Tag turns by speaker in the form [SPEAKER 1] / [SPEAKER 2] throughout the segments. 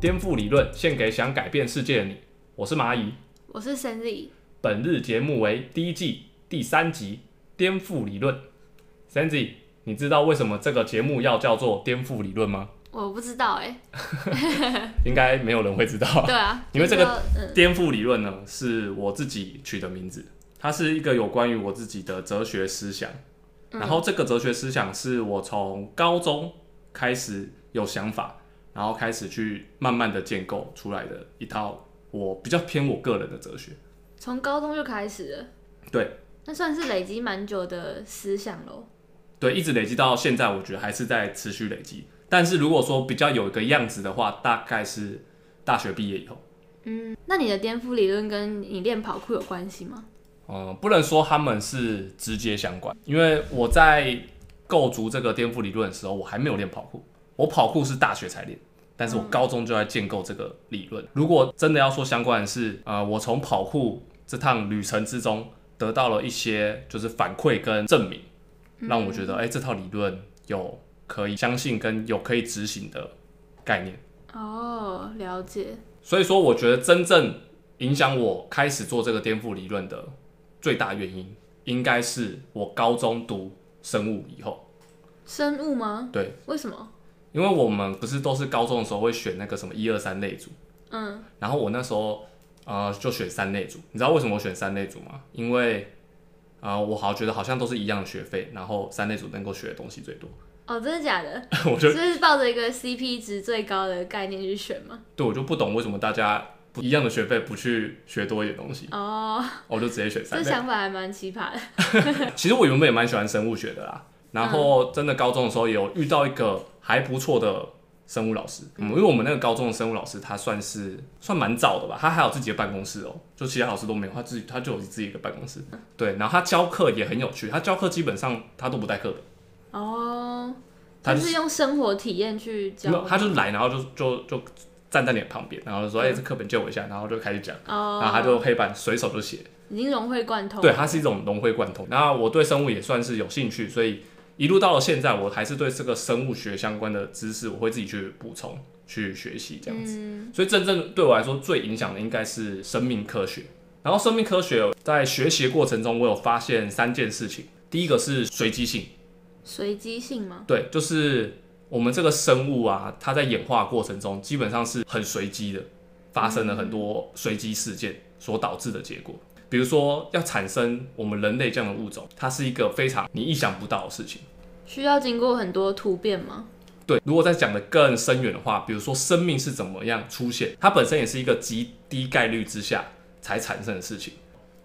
[SPEAKER 1] 颠覆理论，献给想改变世界的你。我是蚂蚁，
[SPEAKER 2] 我是 Sandy，
[SPEAKER 1] 本日节目为第一季第三集《颠覆理论》。Sandy，你知道为什么这个节目要叫做《颠覆理论》吗？
[SPEAKER 2] 我不知道哎、
[SPEAKER 1] 应该没有人会知道。
[SPEAKER 2] 对啊，
[SPEAKER 1] 因为这个
[SPEAKER 2] 就是说嗯
[SPEAKER 1] 颠覆理论呢，是我自己取的名字，它是一个有关于我自己的哲学思想。
[SPEAKER 2] 嗯
[SPEAKER 1] 然后这个哲学思想是我从高中开始有想法，然后开始去慢慢的建构出来的一套我比较偏我个人的哲学。
[SPEAKER 2] 从高中就开始了，
[SPEAKER 1] 对
[SPEAKER 2] 那算是累积蛮久的思想喽。
[SPEAKER 1] 对，一直累积到现在，我觉得还是在持续累积。但是如果说比较有一个样子的话，大概是大学毕业以后。
[SPEAKER 2] 嗯，那你的颠覆理论跟你练跑酷有关系吗？
[SPEAKER 1] 嗯，不能说他们是直接相关，因为我在构筑这个颠覆理论的时候，我还没有练跑酷，我跑酷是大学才练，但是我高中就在建构这个理论。如果真的要说相关的是，呃，我从跑酷这趟旅程之中得到了一些就是反馈跟证明，让我觉得哎、这套理论有可以相信跟有可以执行的概念。
[SPEAKER 2] 哦，了解。
[SPEAKER 1] 所以说，我觉得真正影响我开始做这个颠覆理论的最大原因，应该是我高中读生物以后。
[SPEAKER 2] 生物吗？
[SPEAKER 1] 对，
[SPEAKER 2] 为什么？
[SPEAKER 1] 因为我们不是都是高中的时候会选那个什么一二三类组，
[SPEAKER 2] 嗯，
[SPEAKER 1] 然后我那时候呃就选三类组。你知道为什么我选三类组吗？因为呃我好像觉得好像都是一样的学费，然后三类组能够学的东西最多。
[SPEAKER 2] 哦，真的假的？
[SPEAKER 1] 我就
[SPEAKER 2] 就是抱着一个 CP 值最高的概念去选吗？
[SPEAKER 1] 对我就不懂为什么大家不一样的学费不去学多一点东西，
[SPEAKER 2] 哦，
[SPEAKER 1] 我就直接选三
[SPEAKER 2] 这
[SPEAKER 1] 类。
[SPEAKER 2] 想法还蛮奇葩的。
[SPEAKER 1] 其实我原本也蛮喜欢生物学的啦，然后真的高中的时候也有遇到一个还不错的生物老师，嗯，因为我们那个高中的生物老师他算是算蛮早的吧，他还有自己的办公室哦、就其他老师都没有，他自己他就有自己一个办公室，对，然后他教课也很有趣，他教课基本上他都不带课本，
[SPEAKER 2] 哦，
[SPEAKER 1] 他
[SPEAKER 2] 他
[SPEAKER 1] 就是
[SPEAKER 2] 用生活体验去
[SPEAKER 1] 没有
[SPEAKER 2] 教。嗯
[SPEAKER 1] 他就来，然后就就就站在你旁边，然后就说，哎、这课本借我一下，然后就开始讲，然啊后他
[SPEAKER 2] 哦，
[SPEAKER 1] 就黑板随手就写，
[SPEAKER 2] 已经融会贯通。
[SPEAKER 1] 对，它是一种融会贯通。那我对生物也算是有兴趣，所以一路到了现在，我还是对这个生物学相关的知识，我会自己去补充、去学习这样子。
[SPEAKER 2] 嗯，
[SPEAKER 1] 所以真正对我来说最影响的应该是生命科学。然后生命科学在学习的过程中，我有发现三件事情。第一个是随机性，
[SPEAKER 2] 随机性吗？
[SPEAKER 1] 对，就是我们这个生物啊，它在演化的过程中基本上是很随机的，发生了很多随机事件所导致的结果。比如说，要产生我们人类这样的物种，它是一个非常你意想不到的事情。
[SPEAKER 2] 需要经过很多突变吗？
[SPEAKER 1] 对，如果再讲的更深远的话，比如说生命是怎么样出现，它本身也是一个极低概率之下才产生的事情，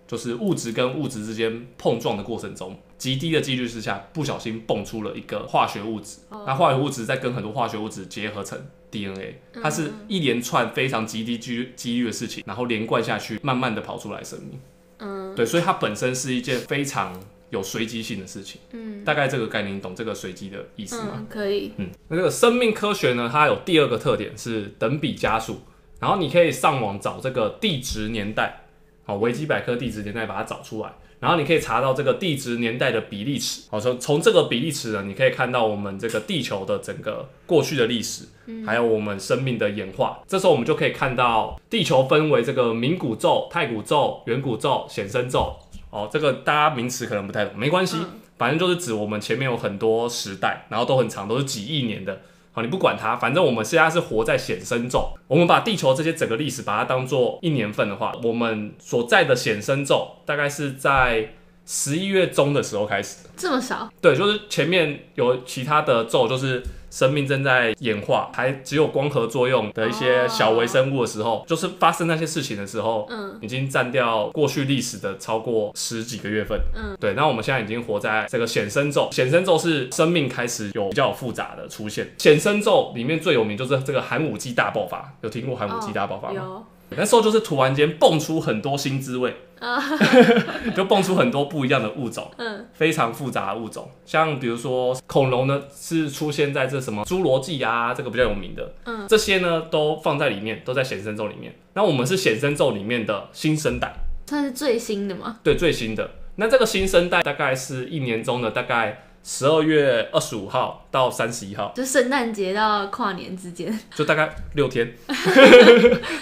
[SPEAKER 1] 就是物质跟物质之间碰撞的过程中，极低的几率之下不小心蹦出了一个化学物质，
[SPEAKER 2] 哦
[SPEAKER 1] 那化学物质再跟很多化学物质结合成
[SPEAKER 2] 嗯
[SPEAKER 1] DNA，它是一连串非常极低几几率的事情，然后连贯下去，慢慢的跑出来生命。
[SPEAKER 2] 嗯
[SPEAKER 1] 对，所以它本身是一件非常有随机性的事情。
[SPEAKER 2] 嗯
[SPEAKER 1] 大概这个概念，你懂这个随机的意思吗？
[SPEAKER 2] 嗯，可以。
[SPEAKER 1] 嗯，那这个生命科学呢，它有第二个特点是等比加速，然后你可以上网找这个地质年代，好，维基百科地质年代把它找出来，然后你可以查到这个地质年代的比例尺，好，从从这个比例尺呢，你可以看到我们这个地球的整个过去的历史，还有我们生命的演化。这时候我们就可以看到地球分为这个冥古宙、太古宙、远古宙、显生宙。哦，这个大家名词可能不太懂，没关系，反正就是指我们前面有很多时代，然后都很长，都是几亿年的。好，你不管它，反正我们现在是活在显生宙。我们把地球这些整个历史把它当做一年份的话，我们所在的显生宙大概是在十一月中的时候开始。
[SPEAKER 2] 这么少？
[SPEAKER 1] 对，就是前面有其他的咒，就是生命正在演化，还只有光合作用的一
[SPEAKER 2] 哦
[SPEAKER 1] 些小微生物的时候，就是发生那些事情的时候，
[SPEAKER 2] 嗯
[SPEAKER 1] 已经占掉过去历史的超过十几个月份。
[SPEAKER 2] 嗯，
[SPEAKER 1] 对。那我们现在已经活在这个显生咒，显生咒是生命开始有比较复杂的出现。显生咒里面最有名就是这个寒武纪大爆发，有听过寒武纪大爆发吗？
[SPEAKER 2] 哦有。
[SPEAKER 1] 那时候就是突然间蹦出很多新滋味，就蹦出很多不一样的物种，
[SPEAKER 2] 呃嗯，
[SPEAKER 1] 非常复杂的物种，像比如说恐龙呢，是出现在这什么侏罗纪啊，这个比较有名的，
[SPEAKER 2] 嗯，
[SPEAKER 1] 这些呢都放在里面，都在显生咒里面。那我们是显生咒里面的新生代，
[SPEAKER 2] 算是最新的吗？
[SPEAKER 1] 对，最新的。那这个新生代大概是一年中的大概十二月二十五号到三十一号，
[SPEAKER 2] 就圣诞节到跨年之间，
[SPEAKER 1] 就大概六 天，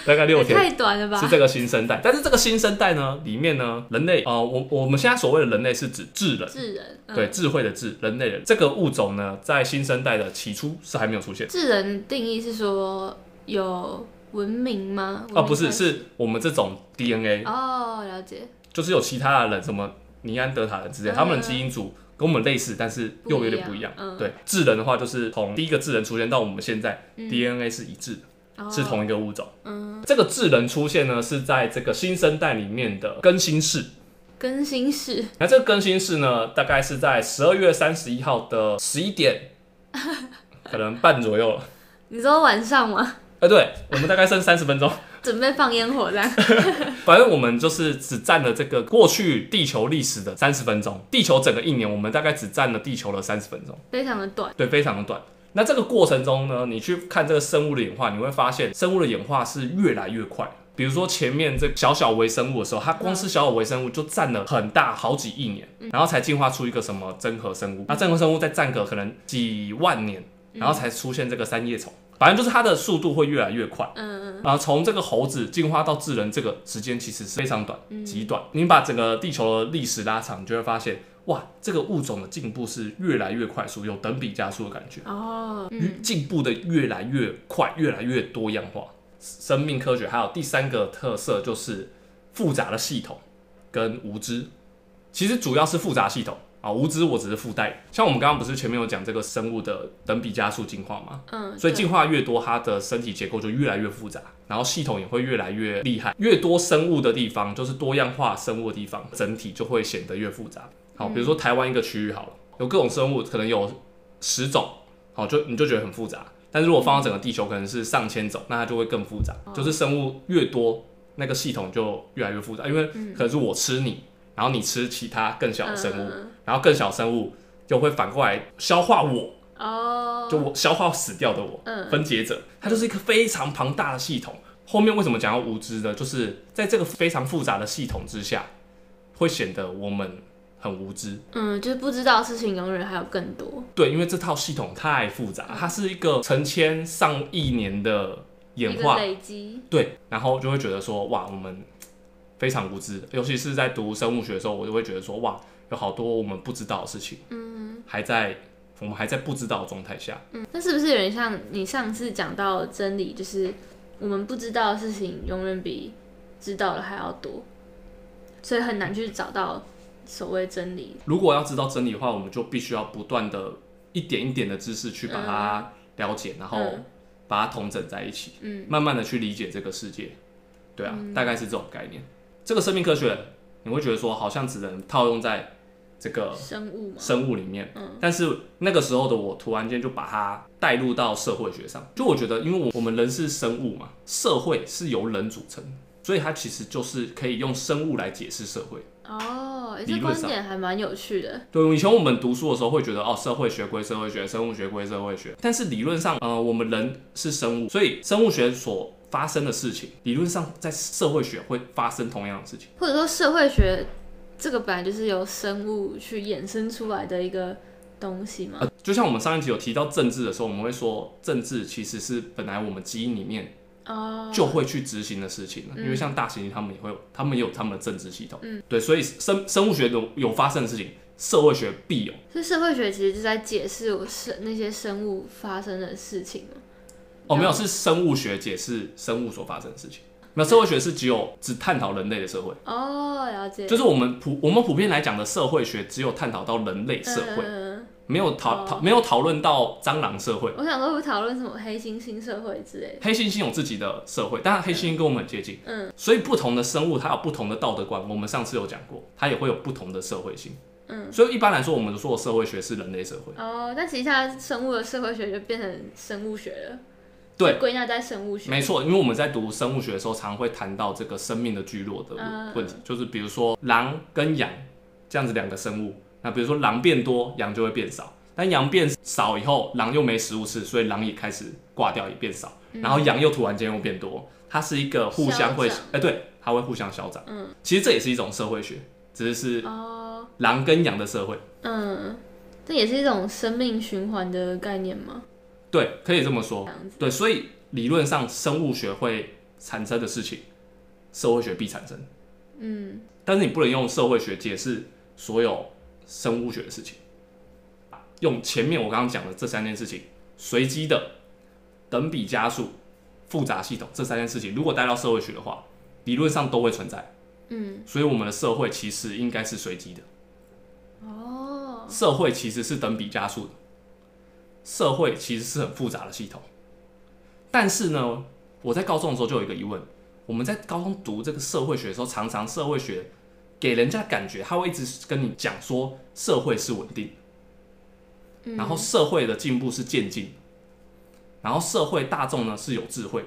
[SPEAKER 1] 大概六
[SPEAKER 2] 也
[SPEAKER 1] 天。
[SPEAKER 2] 太短了吧
[SPEAKER 1] 是？这个新生代，但是这个新生代呢，里面呢，人类呃，我我们现在所谓的人类是指智人，
[SPEAKER 2] 智人，嗯
[SPEAKER 1] 对，，智慧的智，人类的人这个物种呢，在新生代的起初是还没有出现
[SPEAKER 2] 智人定义是说有文明吗？
[SPEAKER 1] 啊，
[SPEAKER 2] 文明
[SPEAKER 1] 不是，
[SPEAKER 2] 还
[SPEAKER 1] 是我们这种 DNA，
[SPEAKER 2] 哦，了解，
[SPEAKER 1] 就是有其他的人，什么尼安德塔人之类，
[SPEAKER 2] 嗯
[SPEAKER 1] 他们的基因组跟我们类似，但是又有点不
[SPEAKER 2] 不
[SPEAKER 1] 一
[SPEAKER 2] 一
[SPEAKER 1] 样
[SPEAKER 2] 样。嗯
[SPEAKER 1] 对，智人的话就是从第一个智人出现到我们现在、DNA 是一致的，
[SPEAKER 2] 哦
[SPEAKER 1] 是同一个物种。嗯，这个智人出现呢，是在这个新生代里面的更新世。
[SPEAKER 2] 更新世，
[SPEAKER 1] 那这个更新世呢，大概是在十二月三十一号的十一点，可能半左右了。
[SPEAKER 2] 你说晚上吗？
[SPEAKER 1] 哎，对，我们大概剩三十分钟。
[SPEAKER 2] 准备放烟火这 样？
[SPEAKER 1] 反正我们就是只占了这个过去地球历史的三十分钟，地球整个一年，我们大概只占了地球的三十分钟，
[SPEAKER 2] 非常的短，
[SPEAKER 1] 对，非常的短。那这个过程中呢，你去看这个生物的演化，你会发现生物的演化是越来越快。比如说前面这小小微生物的时候，它光是小小微生物就占了很大好几亿年，然后才进化出一个什么真核生物，那真核生物再占个可能几万年，然后才出现这个三叶虫。反正就是它的速度会越来越快。
[SPEAKER 2] 嗯，
[SPEAKER 1] 啊，从这个猴子进化到智人，这个时间其实是非常短，极短。你把整个地球的历史拉长，你就会发现，哇，这个物种的进步是越来越快速，有等比加速的感觉，
[SPEAKER 2] 哦，
[SPEAKER 1] 越进步的越来越快，越来越多样化。生命科学还有第三个特色就是复杂的系统跟无知，其实主要是复杂系统。啊，无知我只是附带，像我们刚刚不是前面有讲这个生物的等比加速进化吗？
[SPEAKER 2] 嗯，
[SPEAKER 1] 所以
[SPEAKER 2] 对
[SPEAKER 1] 进化越多，它的身体结构就越来越复杂，然后系统也会越来越厉害。越多生物的地方，就是多样化生物的地方，整体就会显得越复杂。好，比如
[SPEAKER 2] 嗯
[SPEAKER 1] 说台湾一个区域好了，有各种生物，可能有十种，好就你就觉得很复杂。但如果放到整个地球，可能是上千种，那它就会更复杂。
[SPEAKER 2] 哦
[SPEAKER 1] 就是生物越多，那个系统就越来越复杂，因为可能是我吃你，然后你吃其他更小的生物
[SPEAKER 2] 嗯，
[SPEAKER 1] 然后更小的生物就会反过来消化我，
[SPEAKER 2] 哦，
[SPEAKER 1] 就我消化死掉的我，
[SPEAKER 2] 嗯
[SPEAKER 1] 分解者，它就是一个非常庞大的系统。后面为什么讲到无知呢？就是在这个非常复杂的系统之下，会显得我们很无知。
[SPEAKER 2] 嗯，就是不知道的事情永远还有更多，
[SPEAKER 1] 对，因为这套系统太复
[SPEAKER 2] 嗯
[SPEAKER 1] 杂，它是一个成千上亿年的
[SPEAKER 2] 一
[SPEAKER 1] 演
[SPEAKER 2] 个
[SPEAKER 1] 化，
[SPEAKER 2] 累积，
[SPEAKER 1] 对，然后就会觉得说，哇，我们非常无知，尤其是在读生物学的时候，我就会觉得说，哇，有好多我们不知道的事情，
[SPEAKER 2] 嗯。
[SPEAKER 1] 还在我们还在不知道的状态下，
[SPEAKER 2] 嗯，那是不是有点像你上次讲到真理，就是我们不知道的事情永远比知道的还要多，所以很难去找到所谓真理。
[SPEAKER 1] 如果要知道真理的话，我们就必须要不断的一点一点的知识去把它了解，然后
[SPEAKER 2] 嗯
[SPEAKER 1] 把它统整在一起，
[SPEAKER 2] 嗯，
[SPEAKER 1] 慢慢的去理解这个世界。对啊，大概是这种概念。这个生命科学，你会觉得说好像只能套用在这个
[SPEAKER 2] 生物嘛，
[SPEAKER 1] 生物里面，
[SPEAKER 2] 嗯
[SPEAKER 1] 但是那个时候的我突然间就把它带入到社会学上，就我觉得，因为我我们人是生物嘛，社会是由人组成的，所以它其实就是可以用生物来解释社会。
[SPEAKER 2] 哦，欸、
[SPEAKER 1] 理
[SPEAKER 2] 这
[SPEAKER 1] 论
[SPEAKER 2] 观
[SPEAKER 1] 上
[SPEAKER 2] 点还蛮有趣的。
[SPEAKER 1] 对，以前我们读书的时候会觉得，哦，社会学归社会学，生物学归社会学。但是理论上，呃，我们人是生物，所以生物学所发生的事情，理论上在社会学会发生同样的事情。
[SPEAKER 2] 或者说社会学这个本来就是由生物去衍生出来的一个东西嘛。
[SPEAKER 1] 呃，就像我们上一集有提到政治的时候，我们会说，政治其实是本来我们基因里面
[SPEAKER 2] 哦，
[SPEAKER 1] 呃就会去执行的事情了。因为像大猩猩他们也会有，他们也有他们的政治系统。嗯，对，所以生生物学有有发生的事情，社会学必有。
[SPEAKER 2] 所以社会学其实就在解释我生那些生物发生的事情嘛。
[SPEAKER 1] 哦，没有，是生物学解释生物所发生的事情。没有，社会学是只有只探讨人类的社会。
[SPEAKER 2] 哦，了解，
[SPEAKER 1] 就是我们普我们普遍来讲的社会学，只有探讨到人类社会，
[SPEAKER 2] 嗯
[SPEAKER 1] 没有讨讨没有讨论到蟑螂社会。
[SPEAKER 2] 我想说，会讨论什么黑猩猩社会之类的。
[SPEAKER 1] 黑猩猩有自己的社会，当然黑猩猩跟我们很接近，
[SPEAKER 2] 嗯，
[SPEAKER 1] 所以不同的生物它有不同的道德观，我们上次有讲过，它也会有不同的社会性，嗯，所以一般来说，我们说的社会学是人类社会，
[SPEAKER 2] 哦，但其实它生物的社会学就变成生物学了，
[SPEAKER 1] 对
[SPEAKER 2] 就归纳在生物学。
[SPEAKER 1] 没错，因为我们在读生物学的时候，常会谈到这个生命的聚落的
[SPEAKER 2] 嗯
[SPEAKER 1] 问题，就是比如说狼跟羊这样子两个生物，那比如说狼变多，羊就会变少，但羊变少以后，狼又没食物吃，所以狼也开始挂掉，也变少，然后羊又突然间又变多，它是一个互相会，哎
[SPEAKER 2] 嗯消、
[SPEAKER 1] 对，它会互相消长。嗯，其实这也是一种社会学，只是是
[SPEAKER 2] 哦，
[SPEAKER 1] 狼跟羊的社会。
[SPEAKER 2] 嗯，那也是一种生命循环的概念吗？
[SPEAKER 1] 对，可以这么
[SPEAKER 2] 这
[SPEAKER 1] 说。
[SPEAKER 2] 样子，
[SPEAKER 1] 对，所以理论上生物学会产生的事情，社会学必产生，
[SPEAKER 2] 嗯，
[SPEAKER 1] 但是你不能用社会学解释所有生物学的事情。啊用前面我刚刚讲的这三件事情，随机的、等比加速、复杂系统这三件事情，如果带到社会学的话，理论上都会存在。
[SPEAKER 2] 嗯，
[SPEAKER 1] 所以我们的社会其实应该是随机的。
[SPEAKER 2] 哦，
[SPEAKER 1] 社会其实是等比加速的，社会其实是很复杂的系统。但是呢，我在高中的时候就有一个疑问：我们在高中读这个社会学的时候，常常社会学给人家感觉他会一直跟你讲说社会是稳定，
[SPEAKER 2] 嗯
[SPEAKER 1] 然后社会的进步是渐进，然后社会大众呢是有智慧，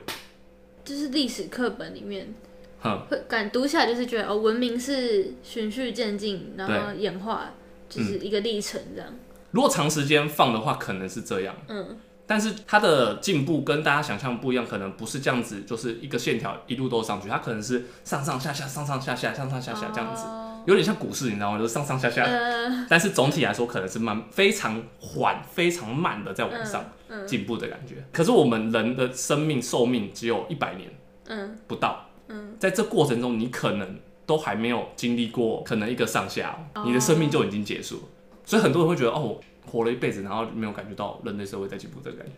[SPEAKER 2] 就是历史课本里面
[SPEAKER 1] 哼，
[SPEAKER 2] 会感读起来就是觉得哦，文明是循序渐进，然后演化就是
[SPEAKER 1] 嗯
[SPEAKER 2] 一个历程这样。
[SPEAKER 1] 如果长时间放的话，可能是这样。
[SPEAKER 2] 嗯，
[SPEAKER 1] 但是它的进步跟大家想象不一样，可能不是这样子，就是一个线条一路都上去，它可能是上上下下、上上下下、上上下下这样子，
[SPEAKER 2] 哦
[SPEAKER 1] 有点像股市，你知道吗？就是上上下下，
[SPEAKER 2] 呃，
[SPEAKER 1] 但是总体来说可能是慢、非常缓、非常慢的在往上
[SPEAKER 2] 嗯
[SPEAKER 1] 进步的感觉。可是我们人的生命寿命只有一百年
[SPEAKER 2] 嗯
[SPEAKER 1] 不到，
[SPEAKER 2] 嗯，
[SPEAKER 1] 在这过程中，你可能都还没有经历过可能一个上下哦，
[SPEAKER 2] 哦
[SPEAKER 1] 你的生命就已经结束了。所以很多人会觉得，哦，我活了一辈子，然后没有感觉到人类社会在进步这个感觉，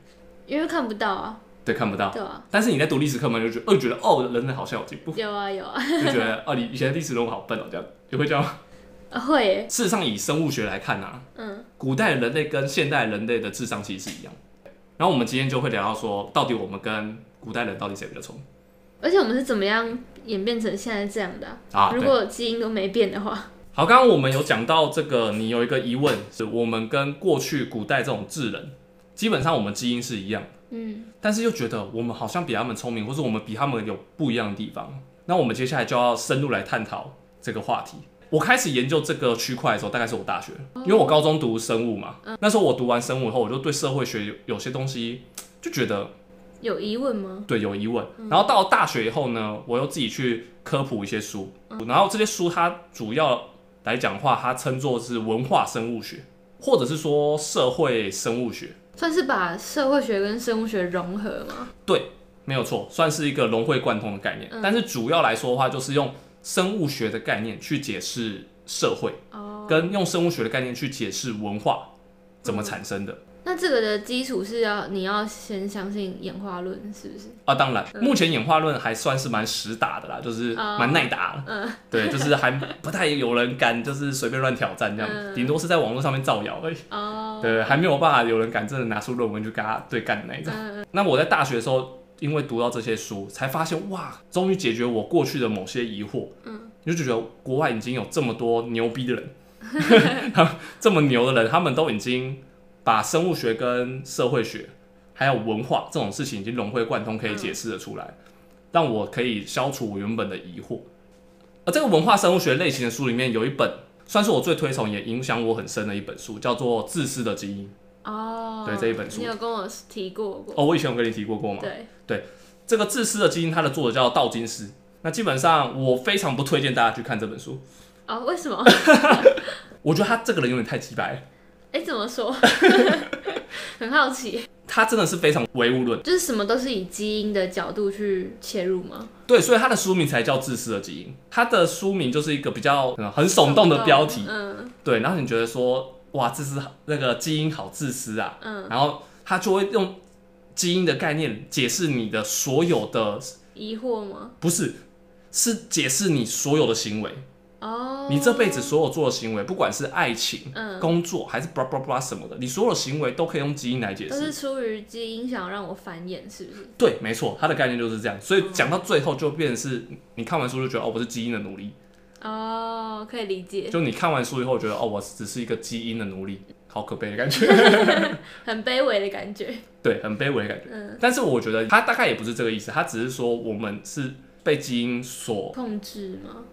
[SPEAKER 2] 因为看不到啊，
[SPEAKER 1] 对，看不到。
[SPEAKER 2] 对啊，
[SPEAKER 1] 但是你在读历史课本就觉得，哦，觉得哦，人类好像有进步，
[SPEAKER 2] 有啊有啊，
[SPEAKER 1] 就觉得哦，你以前的历史人物好笨哦，这样也会这样吗。
[SPEAKER 2] 啊会耶，
[SPEAKER 1] 事实上，以生物学来看啊，
[SPEAKER 2] 嗯
[SPEAKER 1] 古代人类跟现代人类的智商其实是一样的。然后我们今天就会聊到说，到底我们跟古代人到底谁比较聪明
[SPEAKER 2] 而且我们是怎么样演变成现在这样的啊、
[SPEAKER 1] 啊？
[SPEAKER 2] 如
[SPEAKER 1] 对
[SPEAKER 2] 果基因都没变的话，
[SPEAKER 1] 好，刚刚我们有讲到这个，你有一个疑问是，我们跟过去古代这种智人，基本上我们基因是一样，
[SPEAKER 2] 嗯
[SPEAKER 1] 但是又觉得我们好像比他们聪明，或是我们比他们有不一样的地方。那我们接下来就要深入来探讨这个话题。我开始研究这个区块的时候，大概是我大学，因为我高中读生物嘛，那时候我读完生物以后，我就对社会学有有些东西就觉得
[SPEAKER 2] 有疑问吗？
[SPEAKER 1] 对，有疑问。然后到大学以后呢，我又自己去科普一些书，然后这些书它主要来讲的话，它称作是文化生物学，或者是说社会生物学，
[SPEAKER 2] 算是把社会学跟生物学融合吗？
[SPEAKER 1] 没有错，算是一个融会贯通的概念。
[SPEAKER 2] 嗯
[SPEAKER 1] 但是主要来说的话，就是用生物学的概念去解释社会，
[SPEAKER 2] 哦，
[SPEAKER 1] 跟用生物学的概念去解释文化怎么产生的。
[SPEAKER 2] 那这个的基础是要你要先相信演化论，是不是？
[SPEAKER 1] 啊，当然，目前演化论还算是蛮实打的啦，就是
[SPEAKER 2] 嗯哦
[SPEAKER 1] 蛮耐打的，
[SPEAKER 2] 嗯
[SPEAKER 1] 对，就是还不太有人敢就是随便乱挑战这样，
[SPEAKER 2] 嗯
[SPEAKER 1] 顶、多是在网络上面造谣而已，
[SPEAKER 2] 哦，
[SPEAKER 1] 对，还没有办法有人敢真的拿出论文去跟他对干的那一种。
[SPEAKER 2] 嗯
[SPEAKER 1] 那我在大学的时候，因为读到这些书，才发现哇，终于解决我过去的某些疑惑，
[SPEAKER 2] 嗯，
[SPEAKER 1] 你就觉得国外已经有这么多牛逼的 人，这么牛的人，他们都已经把生物学跟社会学还有文化这种事情已经融会贯通，可以解释的出来，
[SPEAKER 2] 嗯
[SPEAKER 1] 让我可以消除我原本的疑惑。而这个文化生物学类型的书里面有一本，算是我最推崇也影响我很深的一本书，叫做《自私的基因》。
[SPEAKER 2] 哦，
[SPEAKER 1] 对这一本书
[SPEAKER 2] 你有跟我提过过，
[SPEAKER 1] 哦，我以前有跟你提过过吗？
[SPEAKER 2] 对，
[SPEAKER 1] 这个《自私的基因》它的作者叫道金斯。那基本上我非常不推荐大家去看这本书，
[SPEAKER 2] 哦，为什么？
[SPEAKER 1] 我觉得他这个人有点太鸡白了。
[SPEAKER 2] 哎，怎么说？ 很好奇，
[SPEAKER 1] 他真的是非常唯物论，
[SPEAKER 2] 就是什么都是以基因的角度去切入吗？
[SPEAKER 1] 对，所以他的书名才叫《自私的基因》，他的书名就是一个比较、嗯很耸动的标题，
[SPEAKER 2] 嗯
[SPEAKER 1] 对，然后你觉得说哇，自私那个基因好自私啊，
[SPEAKER 2] 嗯，
[SPEAKER 1] 然后他就会用基因的概念解释你的所有的，
[SPEAKER 2] 疑惑吗？
[SPEAKER 1] 不是，是解释你所有的行为，
[SPEAKER 2] 哦，
[SPEAKER 1] 你这辈子所有做的行为，不管是爱情、
[SPEAKER 2] 嗯
[SPEAKER 1] 工作还是 blah blah blah 什么的，你所有的行为都可以用基因来解
[SPEAKER 2] 都
[SPEAKER 1] 释
[SPEAKER 2] 是。出于基因想要让我繁衍，是不是？
[SPEAKER 1] 对，没错，它的概念就是这样，所以讲到最后就变成是，你看完书就觉得哦，我是基因的奴隶，
[SPEAKER 2] 哦，可以理解，
[SPEAKER 1] 就你看完书以后觉得哦，我只是一个基因的奴隶，好可悲的感觉，
[SPEAKER 2] 很卑微的感觉。
[SPEAKER 1] 对，很卑微的感觉。
[SPEAKER 2] 嗯，
[SPEAKER 1] 但是我觉得他大概也不是这个意思，他只是说我们是被基因所，
[SPEAKER 2] 控制吗？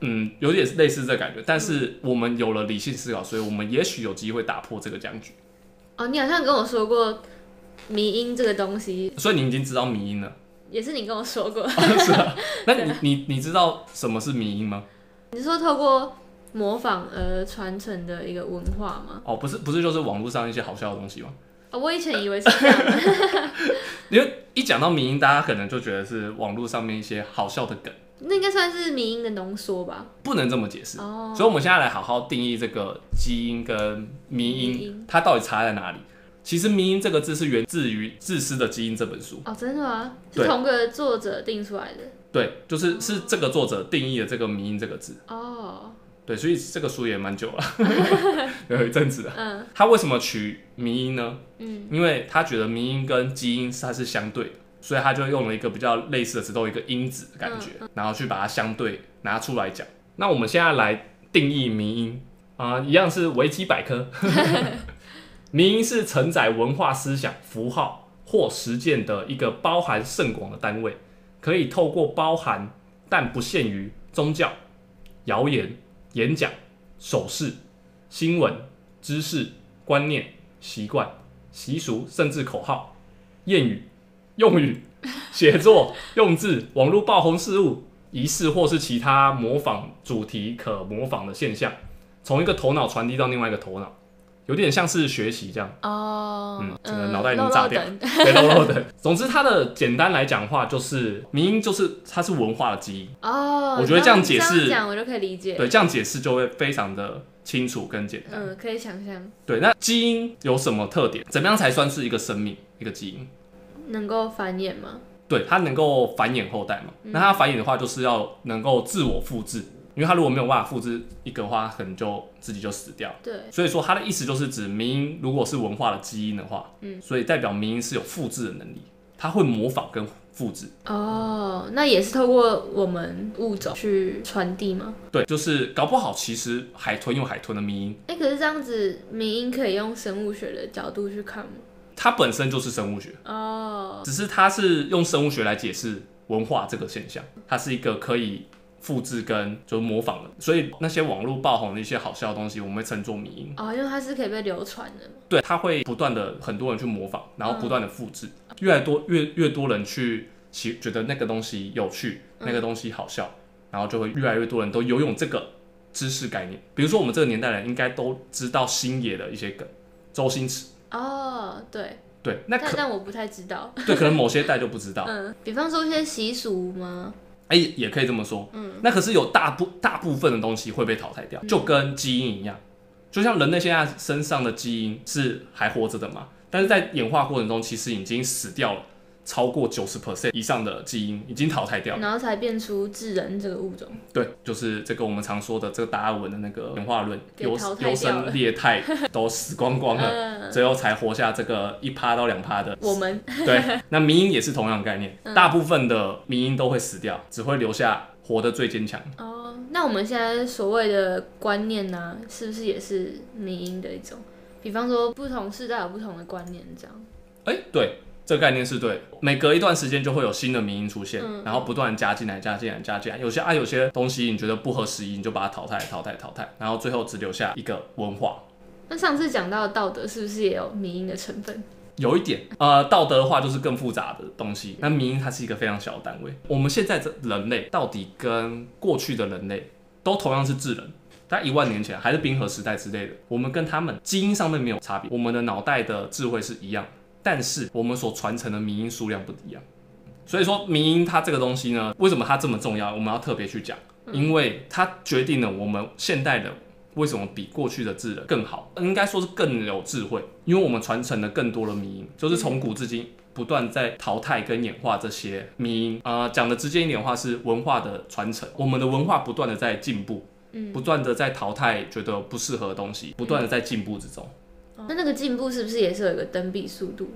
[SPEAKER 1] 嗯，有点类似这感觉，但是我们有了理性思考，所以我们也许有机会打破这个僵局。
[SPEAKER 2] 哦，你好像跟我说过迷音这个东西，
[SPEAKER 1] 所以你已经知道迷 因了，啊
[SPEAKER 2] 也是你跟我说过。 啊
[SPEAKER 1] 那你你你知道什么是迷因吗？
[SPEAKER 2] 你是说透过模仿而传承的一个文化吗？
[SPEAKER 1] 哦，不是不是，就是网络上一些好笑的东西吗？
[SPEAKER 2] 哦，我以前以为是这样，
[SPEAKER 1] 因为一讲到民音，大家可能就觉得是网络上面一些好笑的梗，
[SPEAKER 2] 那应该算是民音的浓缩吧？
[SPEAKER 1] 不能这么解释。
[SPEAKER 2] 哦，
[SPEAKER 1] 所以，我们现在来好好定义这个基因跟民
[SPEAKER 2] 迷
[SPEAKER 1] 音
[SPEAKER 2] 因，
[SPEAKER 1] 它到底差在哪里？其实“民音”这个字是源自于《自私的基因》这本书，
[SPEAKER 2] 哦，真的吗？
[SPEAKER 1] 对
[SPEAKER 2] 是同个作者定出来的？
[SPEAKER 1] 对，就是是这个作者定义的这个“民音”这个字。
[SPEAKER 2] 哦，
[SPEAKER 1] 对，所以这个书也蛮久了， 有一阵子了。
[SPEAKER 2] 嗯
[SPEAKER 1] 他为什么取民音呢？
[SPEAKER 2] 嗯，
[SPEAKER 1] 因为他觉得民音跟基因它是相对的，所以他就用了一个比较类似的词，都有一个因子的感觉，
[SPEAKER 2] 嗯
[SPEAKER 1] 然后去把它相对拿出来讲。那我们现在来定义民音啊、一样是维基百科。 民音是承载文化思想、符号或实践的一个包含甚广的单位，可以透过包含但不限于宗教、谣言、演讲、手势、新闻、知识、观念、习惯、习俗，甚至口号、谚语、用语、写作、用字、网络爆红事物、仪式或是其他模仿主题可模仿的现象，从一个头脑传递到另外一个头脑，有点像是学习这样。
[SPEAKER 2] 哦，
[SPEAKER 1] 嗯
[SPEAKER 2] 嗯，
[SPEAKER 1] 整个脑袋已经炸掉
[SPEAKER 2] 肉肉等
[SPEAKER 1] 对，肉肉的。总之，它的简单来讲的话，就是民音，就是它是文化的基因。
[SPEAKER 2] 哦，
[SPEAKER 1] 我觉得这样解释
[SPEAKER 2] 这样讲我就可以理解。
[SPEAKER 1] 对，这样解释就会非常的清楚跟简单。
[SPEAKER 2] 嗯，可以想象
[SPEAKER 1] 对，那基因有什么特点？怎么样才算是一个生命，一个基因？
[SPEAKER 2] 能够繁衍吗？
[SPEAKER 1] 对，它能够繁衍后代嘛？那它繁衍的话，就是要能够自我复制，因为它如果没有办法复制一个的话，可能就自己就死掉。
[SPEAKER 2] 对，
[SPEAKER 1] 所以说，它的意思就是指民音如果是文化的基因的话，
[SPEAKER 2] 嗯，
[SPEAKER 1] 所以代表民音是有复制的能力，它会模仿跟复制。
[SPEAKER 2] 哦，那也是透过我们物种去传递吗？
[SPEAKER 1] 对，就是搞不好其实海豚有海豚的民音，
[SPEAKER 2] 哎、可是这样子，民音可以用生物学的角度去看吗？
[SPEAKER 1] 它本身就是生物学，
[SPEAKER 2] 哦，
[SPEAKER 1] 只是它是用生物学来解释文化这个现象，它是一个可以复制跟就是模仿的，所以那些网络爆红的一些好笑的东西，我们会称作迷因。
[SPEAKER 2] 哦，因为它是可以被流传的嘛。
[SPEAKER 1] 对，它会不断的很多人去模仿，然后不断的复制，越来多越越多人去喜觉得那个东西有趣，那个东西好笑，然后就会越来越多人都游泳这个知识概念。比如说我们这个年代人应该都知道星爷的一些梗，周星驰。
[SPEAKER 2] 哦，对，
[SPEAKER 1] 对，那
[SPEAKER 2] 但
[SPEAKER 1] 可
[SPEAKER 2] 但我不太知道。
[SPEAKER 1] 对可能某些代就不知道，
[SPEAKER 2] 嗯，比方说一些习俗吗？
[SPEAKER 1] 哎、也可以这么说。嗯，那可是有大部大部分的东西会被淘汰掉，
[SPEAKER 2] 嗯
[SPEAKER 1] 就跟基因一样，就像人类现在身上的基因是还活着的嘛，但是在演化过程中其实已经死掉了，超过九十 percent 以上的基因已经淘汰掉了。
[SPEAKER 2] 然后才变出智人这个物种。
[SPEAKER 1] 对，就是这个我们常说的这个达尔文的那个演化论，
[SPEAKER 2] 给
[SPEAKER 1] 优
[SPEAKER 2] 淘汰掉
[SPEAKER 1] 优胜
[SPEAKER 2] 了
[SPEAKER 1] 劣汰都死光光了，
[SPEAKER 2] 嗯，
[SPEAKER 1] 最后才活下这个一趴到两趴的
[SPEAKER 2] 我嗯们
[SPEAKER 1] 对，那民音也是同样的概念，大部分的民音都会死掉，只会留下活得最坚强。
[SPEAKER 2] 哦，那我们现在所谓的观念呢、是不是也是民音的一种？比方说，不同世代有不同的观念，这样。
[SPEAKER 1] 哎、对，这个概念是对的。每隔一段时间就会有新的民音出现，然后不断加进来、加进来、加进来。有些啊，有些东西你觉得不合时宜，你就把它淘汰、淘汰、淘汰，然后最后只留下一个文化。
[SPEAKER 2] 那上次讲到的道德，是不是也有民音的成分？
[SPEAKER 1] 有一点，呃，道德的话就是更复杂的东西。那民音它是一个非常小的单位。我们现在这人类到底跟过去的人类都同样是智人，在一万年前还是冰河时代之类的，我们跟他们基因上面没有差别，我们的脑袋的智慧是一样，但是我们所传承的民音数量不一样。所以说，民音它这个东西呢，为什么它这么重要？我们要特别去讲，因为它决定了我们现代人为什么比过去的智人更好，应该说是更有智慧，因为我们传承了更多的民音，就是从古至今不断在淘汰跟演化这些民音。呃，讲的直接一点的话是文化的传承，我们的文化不断的在进步，
[SPEAKER 2] 嗯
[SPEAKER 1] 不断的在淘汰觉得不适合的东西，不断的在进步之中。
[SPEAKER 2] 那那个进步是不是也是有一个等比速度？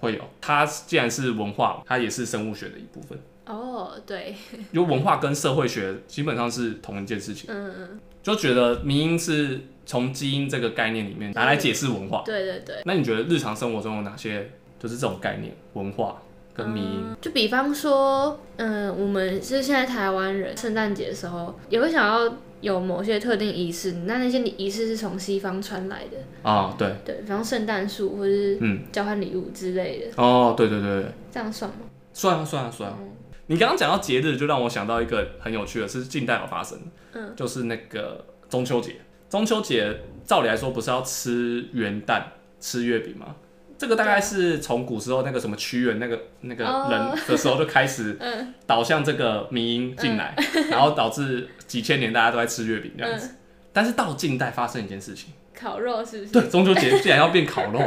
[SPEAKER 1] 会有，它既然是文化，它也是生物学的一部分，
[SPEAKER 2] 哦，对，
[SPEAKER 1] 因为文化跟社会学基本上是同一件事情，
[SPEAKER 2] 嗯嗯，
[SPEAKER 1] 就觉得民音是从基因这个概念里面拿来解释文化。
[SPEAKER 2] 对对对。
[SPEAKER 1] 那你觉得日常生活中有哪些就是这种概念、文化跟迷音？
[SPEAKER 2] 就比方说，嗯，我们是现在台湾人，圣诞节的时候也会想要有某些特定仪式，那那些仪式是从西方传来的，
[SPEAKER 1] 啊、对，
[SPEAKER 2] 对，比方圣诞树或是
[SPEAKER 1] 嗯，
[SPEAKER 2] 交换礼物之类的，
[SPEAKER 1] 哦，对对对对，
[SPEAKER 2] 这样算吗？
[SPEAKER 1] 算啊算啊算啊。
[SPEAKER 2] 嗯
[SPEAKER 1] 你刚刚讲到节日，就让我想到一个很有趣的，是近代有发生的，
[SPEAKER 2] 嗯，
[SPEAKER 1] 就是那个中秋节，中秋节照理来说不是要吃元旦、吃月饼吗？这个大概是从古时候那个什么屈原那个那个
[SPEAKER 2] 哦
[SPEAKER 1] 人的时候就开始
[SPEAKER 2] 嗯
[SPEAKER 1] 导向这个迷因进来，然后导致几千年大家都在吃月饼这样子。但是到了近代发生一件事情，
[SPEAKER 2] 烤肉是不是？
[SPEAKER 1] 对中秋节竟然要变烤 肉，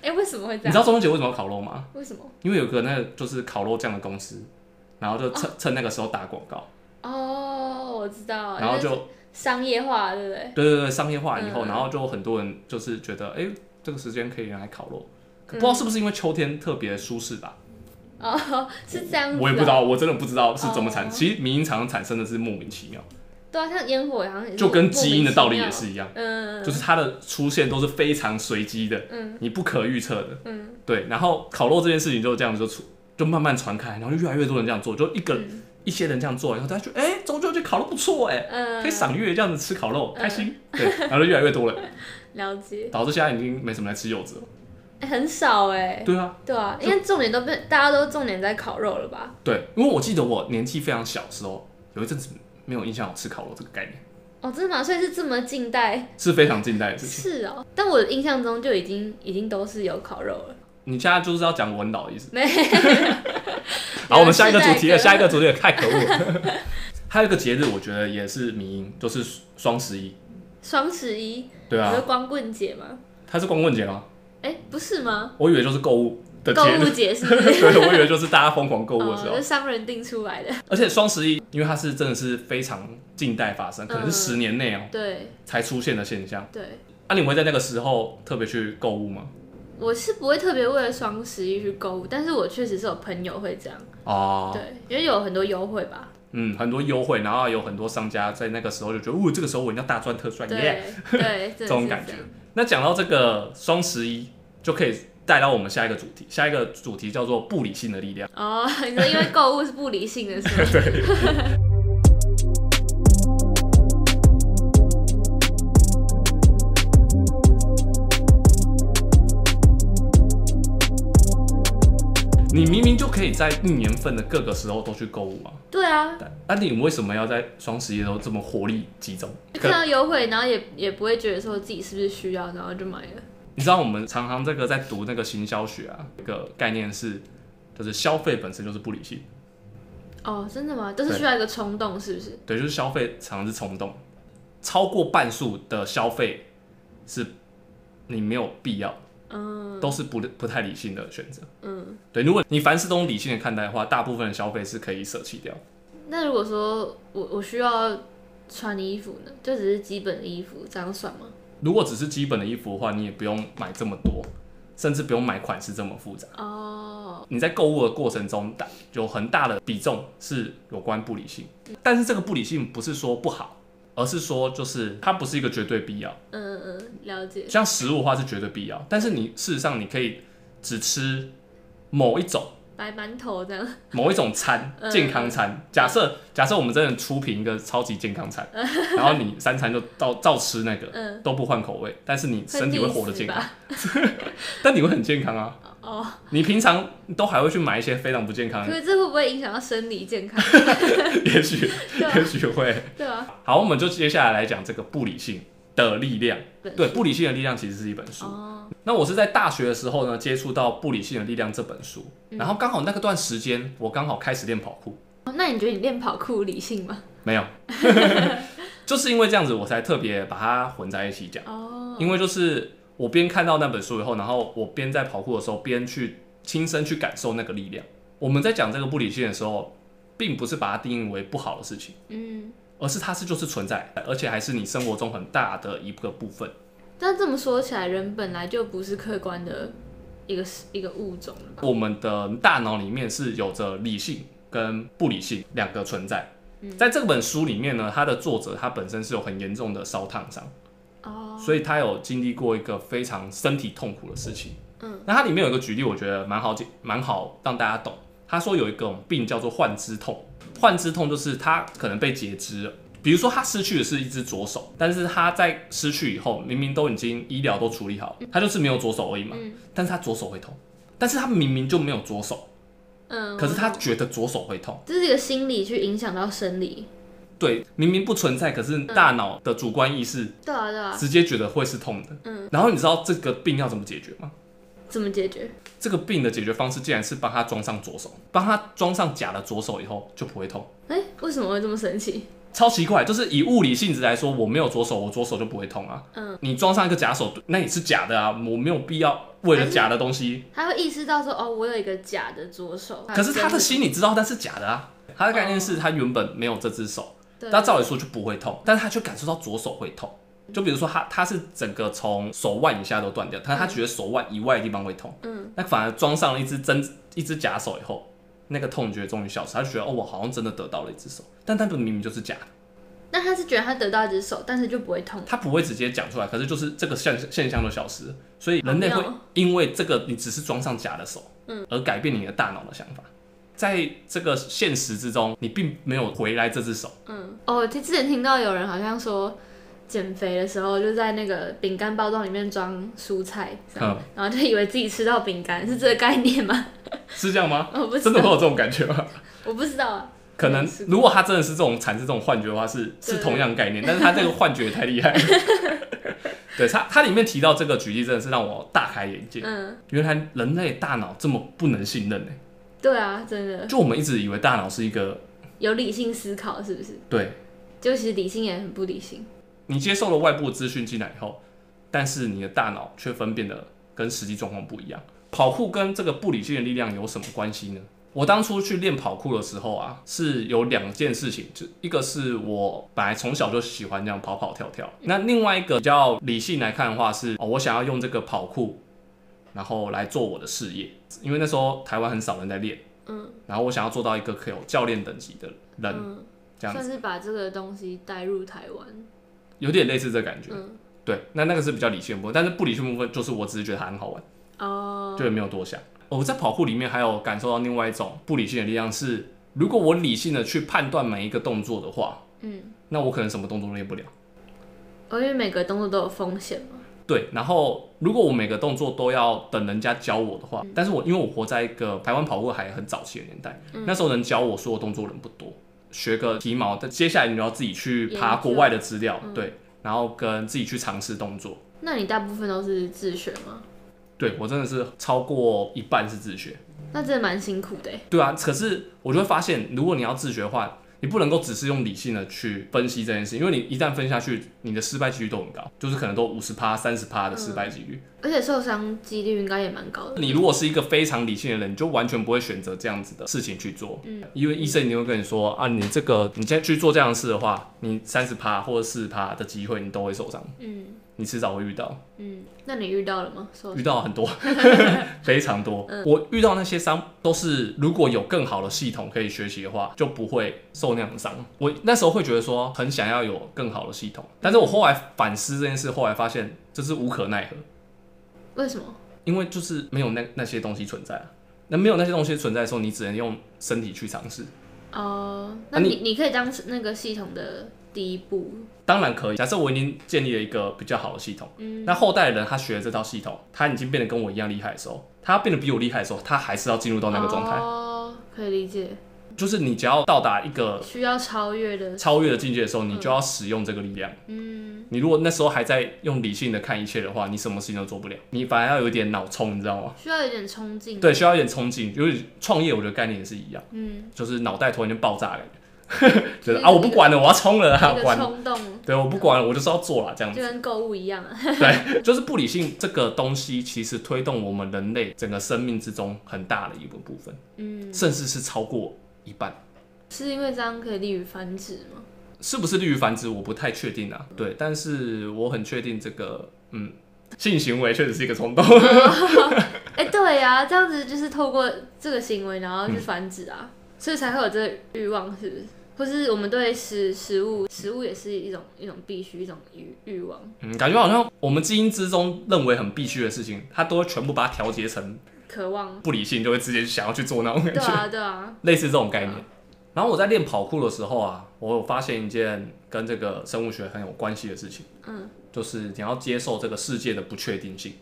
[SPEAKER 2] 哎、为什么会这
[SPEAKER 1] 你知
[SPEAKER 2] 样？
[SPEAKER 1] 道中秋节为什么要烤肉吗？
[SPEAKER 2] 为什么？
[SPEAKER 1] 因为有个那个就是烤肉酱的公司，然后就趁、趁那个时候打广告，
[SPEAKER 2] 哦，我知道，
[SPEAKER 1] 然后
[SPEAKER 2] 因为
[SPEAKER 1] 就是
[SPEAKER 2] 商业化，对不对？
[SPEAKER 1] 对对对，商业化以后，
[SPEAKER 2] 嗯
[SPEAKER 1] 然后就很多人就是觉得，哎、这个时间可以用来烤肉，可
[SPEAKER 2] 嗯
[SPEAKER 1] 不知道是不是因为秋天特别舒适吧？
[SPEAKER 2] 哦， 是这样子、哦。
[SPEAKER 1] 我也不知。道，我真的不知道是怎么产。
[SPEAKER 2] 哦
[SPEAKER 1] 其实民营常常产生的是莫名其妙，
[SPEAKER 2] 对啊，像烟火好像也是
[SPEAKER 1] 就跟
[SPEAKER 2] 莫
[SPEAKER 1] 基因的道理
[SPEAKER 2] 名
[SPEAKER 1] 也
[SPEAKER 2] 其妙。
[SPEAKER 1] 是一样，
[SPEAKER 2] 嗯，
[SPEAKER 1] 就是它的出现都是非常随机的，
[SPEAKER 2] 嗯
[SPEAKER 1] 你不可预测的。
[SPEAKER 2] 嗯
[SPEAKER 1] 对，然后烤肉这件事情就这样就出，就慢慢传开，然后就越来越多人这样做，就一个、
[SPEAKER 2] 嗯
[SPEAKER 1] 一些人这样做，然后大家就哎、中秋节烤肉不错哎、
[SPEAKER 2] 嗯，
[SPEAKER 1] 可以赏月这样子吃烤肉，开心。对，然后就越来越多人，
[SPEAKER 2] 了解，
[SPEAKER 1] 导致现在已经没什么人来吃柚子了。
[SPEAKER 2] 哎很少哎、
[SPEAKER 1] 对啊，
[SPEAKER 2] 对啊，因为重点都被大家都重点在烤肉了吧？
[SPEAKER 1] 对，因为我记得我年纪非常小的时候，有一阵子没有印象有吃烤肉这个概念，
[SPEAKER 2] 哦，真的吗？所以是这么近代？
[SPEAKER 1] 是非常近代的事情。
[SPEAKER 2] 是哦，但我印象中就已经已经都是有烤肉了。
[SPEAKER 1] 你现在就是要讲文老的意思。
[SPEAKER 2] 没，
[SPEAKER 1] 好，我们下一个主题了，
[SPEAKER 2] 世代
[SPEAKER 1] 下
[SPEAKER 2] 歌
[SPEAKER 1] 一个主题了太可恶了。 还有一个节日，我觉得也是迷因，就是双十一。
[SPEAKER 2] 双十一，
[SPEAKER 1] 对
[SPEAKER 2] 你
[SPEAKER 1] 啊
[SPEAKER 2] 说，光棍节吗？
[SPEAKER 1] 它是光棍节吗？
[SPEAKER 2] 哎、不是吗？
[SPEAKER 1] 我以为就是购物的
[SPEAKER 2] 购
[SPEAKER 1] 节
[SPEAKER 2] 物
[SPEAKER 1] 日。
[SPEAKER 2] 节是不 是？
[SPEAKER 1] 对，我以为就是大家疯狂购物的时
[SPEAKER 2] 哦，
[SPEAKER 1] 候
[SPEAKER 2] 就，商人定 出来的。
[SPEAKER 1] 而且双十一，因为它是真的是非常近代发生，可能是
[SPEAKER 2] 嗯
[SPEAKER 1] 十年内哦、
[SPEAKER 2] 对
[SPEAKER 1] 才出现的现象。
[SPEAKER 2] 对，
[SPEAKER 1] 那、你会在那个时候特别去购物吗？
[SPEAKER 2] 我是不会特别为了双十一去购物，但是我确实是有朋友会这样，
[SPEAKER 1] 哦，
[SPEAKER 2] 对，因为有很多优惠吧。
[SPEAKER 1] 嗯，很多优惠，然后有很多商家在那个时候就觉得，哦，这个时候我一定要大赚特赚耶。
[SPEAKER 2] 对
[SPEAKER 1] 这
[SPEAKER 2] 对，真的是
[SPEAKER 1] 种感觉
[SPEAKER 2] 这样
[SPEAKER 1] 那讲到这个双十一，就可以带到我们下一个主题，下一个主题叫做不理性的力量。
[SPEAKER 2] 哦， 你说因为购物是不理性 的，是吗？
[SPEAKER 1] 你明明就可以在一年份的各个时候都去购物啊，
[SPEAKER 2] 对啊，
[SPEAKER 1] 但那、你为什么要在双十一的时候这么火力集中？
[SPEAKER 2] 就
[SPEAKER 1] 可
[SPEAKER 2] 看到优惠，然后也也不会觉得说自己是不是需要，然后就买了。
[SPEAKER 1] 你知道我们常常这个在读那个行销学啊，一个概念是，就是消费本身就是不理性，
[SPEAKER 2] 哦，真的吗？都是需要一个冲动，是不是？
[SPEAKER 1] 对，就是消费常常是冲动，超过半数的消费是你没有必要，
[SPEAKER 2] 嗯
[SPEAKER 1] 都是不不太理性的选择。
[SPEAKER 2] 嗯。
[SPEAKER 1] 对，如果你凡事都用理性的看待的话，大部分的消费是可以舍弃掉。
[SPEAKER 2] 那如果说我我需要穿衣服呢，就只是基本的衣服，这样算吗？
[SPEAKER 1] 如果只是基本的衣服的话，你也不用买这么多，甚至不用买款式这么复杂。
[SPEAKER 2] 哦，
[SPEAKER 1] 你在购物的过程中，大有很大的比重是有关不理性，但是这个不理性不是说不好，而是说就是它不是一个绝对必要。
[SPEAKER 2] 嗯嗯，了解。
[SPEAKER 1] 像食物的话是绝对必要，但是你事实上你可以只吃某一种
[SPEAKER 2] 白馒 头这样，
[SPEAKER 1] 某一种餐
[SPEAKER 2] 嗯
[SPEAKER 1] 健康餐。假设假设我们真的出品一个超级健康餐，然后你三餐就照照吃那个
[SPEAKER 2] 嗯，
[SPEAKER 1] 都不换口味，但是你身体会活得健康，
[SPEAKER 2] 腻死
[SPEAKER 1] 但你会很健康啊。
[SPEAKER 2] 吧。哦，
[SPEAKER 1] 你平常都还会去买一些非常不健康
[SPEAKER 2] 可
[SPEAKER 1] 的，
[SPEAKER 2] 是这会不会影响到生理健康？
[SPEAKER 1] 也许
[SPEAKER 2] 对
[SPEAKER 1] 也
[SPEAKER 2] 啊，
[SPEAKER 1] 许会。
[SPEAKER 2] 对啊。
[SPEAKER 1] 好，我们就接下来来讲这个不理性的力量。对，不理性的力量其实是一本书。
[SPEAKER 2] 哦，
[SPEAKER 1] 那我是在大学的时候呢，接触到《不理性的力量》这本书，
[SPEAKER 2] 嗯
[SPEAKER 1] 然后刚好那个段时间，我刚好开始练跑酷，
[SPEAKER 2] 哦那你觉得你练跑酷理性吗？
[SPEAKER 1] 没有， 就是因为这样子，我才特别把它混在一起讲。
[SPEAKER 2] 哦，
[SPEAKER 1] 因为就是我边看到那本书以后，然后我边在跑酷的时候，边去亲身去感受那个力量。我们在讲这个不理性的时候，并不是把它定义为不好的事情。
[SPEAKER 2] 嗯，
[SPEAKER 1] 而是它是就是存在，而且还是你生活中很大的一个部分。
[SPEAKER 2] 但这么说起来，人本来就不是客观的一个一个物种了吧？
[SPEAKER 1] 我们的大脑里面是有着理性跟不理性两个存在。
[SPEAKER 2] 嗯
[SPEAKER 1] 在这本书里面呢，它的作者他本身是有很严重的烧烫伤，
[SPEAKER 2] 哦，
[SPEAKER 1] 所以他有经历过一个非常身体痛苦的事情。
[SPEAKER 2] 嗯，
[SPEAKER 1] 那它里面有一个举例，我觉得蛮好解，蛮好让大家懂。他说有一种病叫做幻肢痛，幻肢痛就是他可能被截肢了。比如说，他失去的是一只左手，但是他在失去以后，明明都已经医疗都处理好，他就是没有左手而已嘛。
[SPEAKER 2] 嗯
[SPEAKER 1] 但是他左手会痛，但是他明明就没有左手，
[SPEAKER 2] 嗯，
[SPEAKER 1] 可是他
[SPEAKER 2] 我
[SPEAKER 1] 觉得左手会痛。
[SPEAKER 2] 这是一个心理去影响到生理，
[SPEAKER 1] 对，明明不存在，可是大脑的主观意识
[SPEAKER 2] 对啊，对啊，
[SPEAKER 1] 直接觉得会是痛的。
[SPEAKER 2] 嗯，
[SPEAKER 1] 然后你知道这个病要怎么解决吗？
[SPEAKER 2] 怎么解决？
[SPEAKER 1] 这个病的解决方式竟然是帮他装上左手，帮他装上假的左手以后就不会痛，
[SPEAKER 2] 哎、为什么会这么神奇？
[SPEAKER 1] 超奇怪。就是以物理性质来说，我没有左手，我左手就不会痛啊。
[SPEAKER 2] 嗯，
[SPEAKER 1] 你装上一个假手，那也是假的啊，我没有必要为
[SPEAKER 2] 嗯
[SPEAKER 1] 了假的东西。
[SPEAKER 2] 他会意识到说，哦，我有一个假嗯的哦左手。
[SPEAKER 1] 可是他的心里知道那是假的啊，他的概念是他原本没有这只手，
[SPEAKER 2] 对，
[SPEAKER 1] 那照理说就不会痛，但是他却感受到左手会痛。就比如说他他是整个从手腕以下都断掉，但他觉得手腕以外的地方会痛，
[SPEAKER 2] 嗯，
[SPEAKER 1] 那反而装上了一只真一只假手以后，那个痛觉终于消失，他就觉得哦，我好像真的得到了一只手，但那个明明就是假的，
[SPEAKER 2] 那他是觉得他得到一只手，但是就不会痛。
[SPEAKER 1] 他不会直接讲出来，可是就是这个现现象就消失了，所以人类
[SPEAKER 2] 好
[SPEAKER 1] 会
[SPEAKER 2] 妙哦
[SPEAKER 1] 因为这个你只是装上假的手，嗯，而改变你的大脑的想法，在这个现实之中，你并没有回来这只手，
[SPEAKER 2] 嗯，哦，之之前听到有人好像说，减肥的时候就在那个饼干包装里面装蔬菜，这样
[SPEAKER 1] 嗯
[SPEAKER 2] 然后就以为自己吃到饼干，是这个概念吗？
[SPEAKER 1] 是这样吗？
[SPEAKER 2] 我不知
[SPEAKER 1] 真的会
[SPEAKER 2] 道，
[SPEAKER 1] 有这种感觉吗？
[SPEAKER 2] 我不知道啊。
[SPEAKER 1] 可能
[SPEAKER 2] 是
[SPEAKER 1] 如果他真的是这种产生这种幻觉的话，是
[SPEAKER 2] 对
[SPEAKER 1] 是同样概念，但是他这个幻觉也太厉害 了。对他，他里面提到这个举例真的是让我大开眼界，
[SPEAKER 2] 嗯，
[SPEAKER 1] 原来人类大脑这么不能信任呢、欸
[SPEAKER 2] 对啊，真的
[SPEAKER 1] 就我们一直以为大脑是一个
[SPEAKER 2] 有理性思考是不是？
[SPEAKER 1] 对
[SPEAKER 2] 就其实理性也很不理性。
[SPEAKER 1] 你接受了外部资讯进来以后，但是你的大脑却分辨的跟实际状况不一样。跑酷跟这个不理性的力量有什么关系呢？我当初去练跑酷的时候啊，是有两件事情，就一个是我本来从小就喜欢这样跑跑跳跳，那另外一个比较理性来看的话是，哦，我想要用这个跑酷，然后来做我的事业，因为那时候台湾很少人在练，
[SPEAKER 2] 嗯
[SPEAKER 1] 然后我想要做到一个可以有教练等级的人，
[SPEAKER 2] 嗯，
[SPEAKER 1] 这样
[SPEAKER 2] 算
[SPEAKER 1] 子
[SPEAKER 2] 是把这个东西带入台湾。
[SPEAKER 1] 有点类似这感觉。
[SPEAKER 2] 嗯，
[SPEAKER 1] 对，那那个是比较理性的部分，但是不理性的部分就是我只是觉得它很好玩，
[SPEAKER 2] 哦，
[SPEAKER 1] 就也没有多想。我在跑酷里面还有感受到另外一种不理性的力量是，如果我理性的去判断每一个动作的话，
[SPEAKER 2] 嗯，
[SPEAKER 1] 那我可能什么动作都练不了。
[SPEAKER 2] 哦因为每个动作都有风险嘛。
[SPEAKER 1] 对，然后如果我每个动作都要等人家教我的话，
[SPEAKER 2] 嗯
[SPEAKER 1] 但是我因为我活在一个台湾跑酷还很早期的年代，
[SPEAKER 2] 嗯
[SPEAKER 1] 那时候能教我所有动作的人不多，学个皮毛，但接下来你就要自己去爬
[SPEAKER 2] 研究嗯
[SPEAKER 1] 国外的资料，对，然后跟自己去尝试动作。
[SPEAKER 2] 那你大部分都是自学吗？
[SPEAKER 1] 对我真的是超过一半是自学。
[SPEAKER 2] 那真的蛮辛苦的欸。
[SPEAKER 1] 对啊，可是我就会发现，如果你要自学的话，你不能够只是用理性的去分析这件事，因为你一旦分下去，你的失败几率都很高，就是可能都五十趴、三十趴的失败几率。
[SPEAKER 2] 而且受伤几率应该也蛮高的。
[SPEAKER 1] 你如果是一个非常理性的人，你就完全不会选择这样子的事情去做，嗯，因为医生一定会跟你说啊，你这个你现在去做这样的事的话，你三十趴或者四十趴的机会，你都会受伤，
[SPEAKER 2] 嗯
[SPEAKER 1] 你迟早会遇到。
[SPEAKER 2] 嗯，那你遇到了吗？受
[SPEAKER 1] 遇到很多，非常多。我遇到那些伤都是，如果有更好的系统可以学习的话，就不会受那样的伤。我那时候会觉得说，很想要有更好的系统，但是我后来反思这件事，后来发现这是无可奈何，
[SPEAKER 2] 为什么？
[SPEAKER 1] 因为就是没有那那些东西存在啊。那没有那些东西存在的时候，你只能用身体去尝试。
[SPEAKER 2] 哦、
[SPEAKER 1] 那
[SPEAKER 2] 那
[SPEAKER 1] 啊你
[SPEAKER 2] 你你可以当那个系统的第一步。
[SPEAKER 1] 当然可以，假设我已经建立了一个比较好的系统，
[SPEAKER 2] 嗯
[SPEAKER 1] 那后代人他学了这套系统，他已经变得跟我一样厉害的时候，他变得比我厉害的时候，他还是要进入到那个状态。
[SPEAKER 2] 哦，可以理解，
[SPEAKER 1] 就是你只要到达一个
[SPEAKER 2] 需要超越的。
[SPEAKER 1] 超越的境界的时候，你就要使用这个力量。
[SPEAKER 2] 嗯，
[SPEAKER 1] 你如果那时候还在用理性的看一切的话，你什么事情都做不了，你反而要有一点脑冲，你知道吗？
[SPEAKER 2] 需要有点冲劲。，
[SPEAKER 1] 对，需要一点冲劲，有点创业，我觉得概念也是一样，
[SPEAKER 2] 嗯，
[SPEAKER 1] 就是脑袋突然间爆炸的 感觉，觉
[SPEAKER 2] 就
[SPEAKER 1] 得
[SPEAKER 2] 是
[SPEAKER 1] 啊，我不管了，我要冲了啊，
[SPEAKER 2] 那个
[SPEAKER 1] 管，
[SPEAKER 2] 冲动
[SPEAKER 1] 对，我不管了，我就是要做了，这样
[SPEAKER 2] 就
[SPEAKER 1] 子，
[SPEAKER 2] 跟购物一样啊。
[SPEAKER 1] 对，就是不理性这个东西，其实推动我们人类整个生命之中很大的一个部分，
[SPEAKER 2] 嗯，
[SPEAKER 1] 甚至是超过一半。
[SPEAKER 2] 是因为这样可以利于繁殖吗？
[SPEAKER 1] 是不是利于繁殖，我不太确定啊。对，但是我很确定这个，嗯，性行为确实是一个冲动。
[SPEAKER 2] 哎、对呀、这样子就是透过这个行为，然后去繁殖啊，所以才会有这个欲望，是不是？或是我们对食食物，食物也是一种一种必须，一种欲欲望。
[SPEAKER 1] 嗯，感觉好像我们基因之中认为很必须的事情，它都会全部把它调节成
[SPEAKER 2] 渴望。
[SPEAKER 1] 不理性，就会直接想要去做那种感
[SPEAKER 2] 对
[SPEAKER 1] 觉，
[SPEAKER 2] 啊，对啊，
[SPEAKER 1] 类似这种概念。然后我在练跑酷的时候啊，我有发现一件跟这个生物学很有关系的事情，
[SPEAKER 2] 嗯，
[SPEAKER 1] 就是你要接受这个世界的不确定性。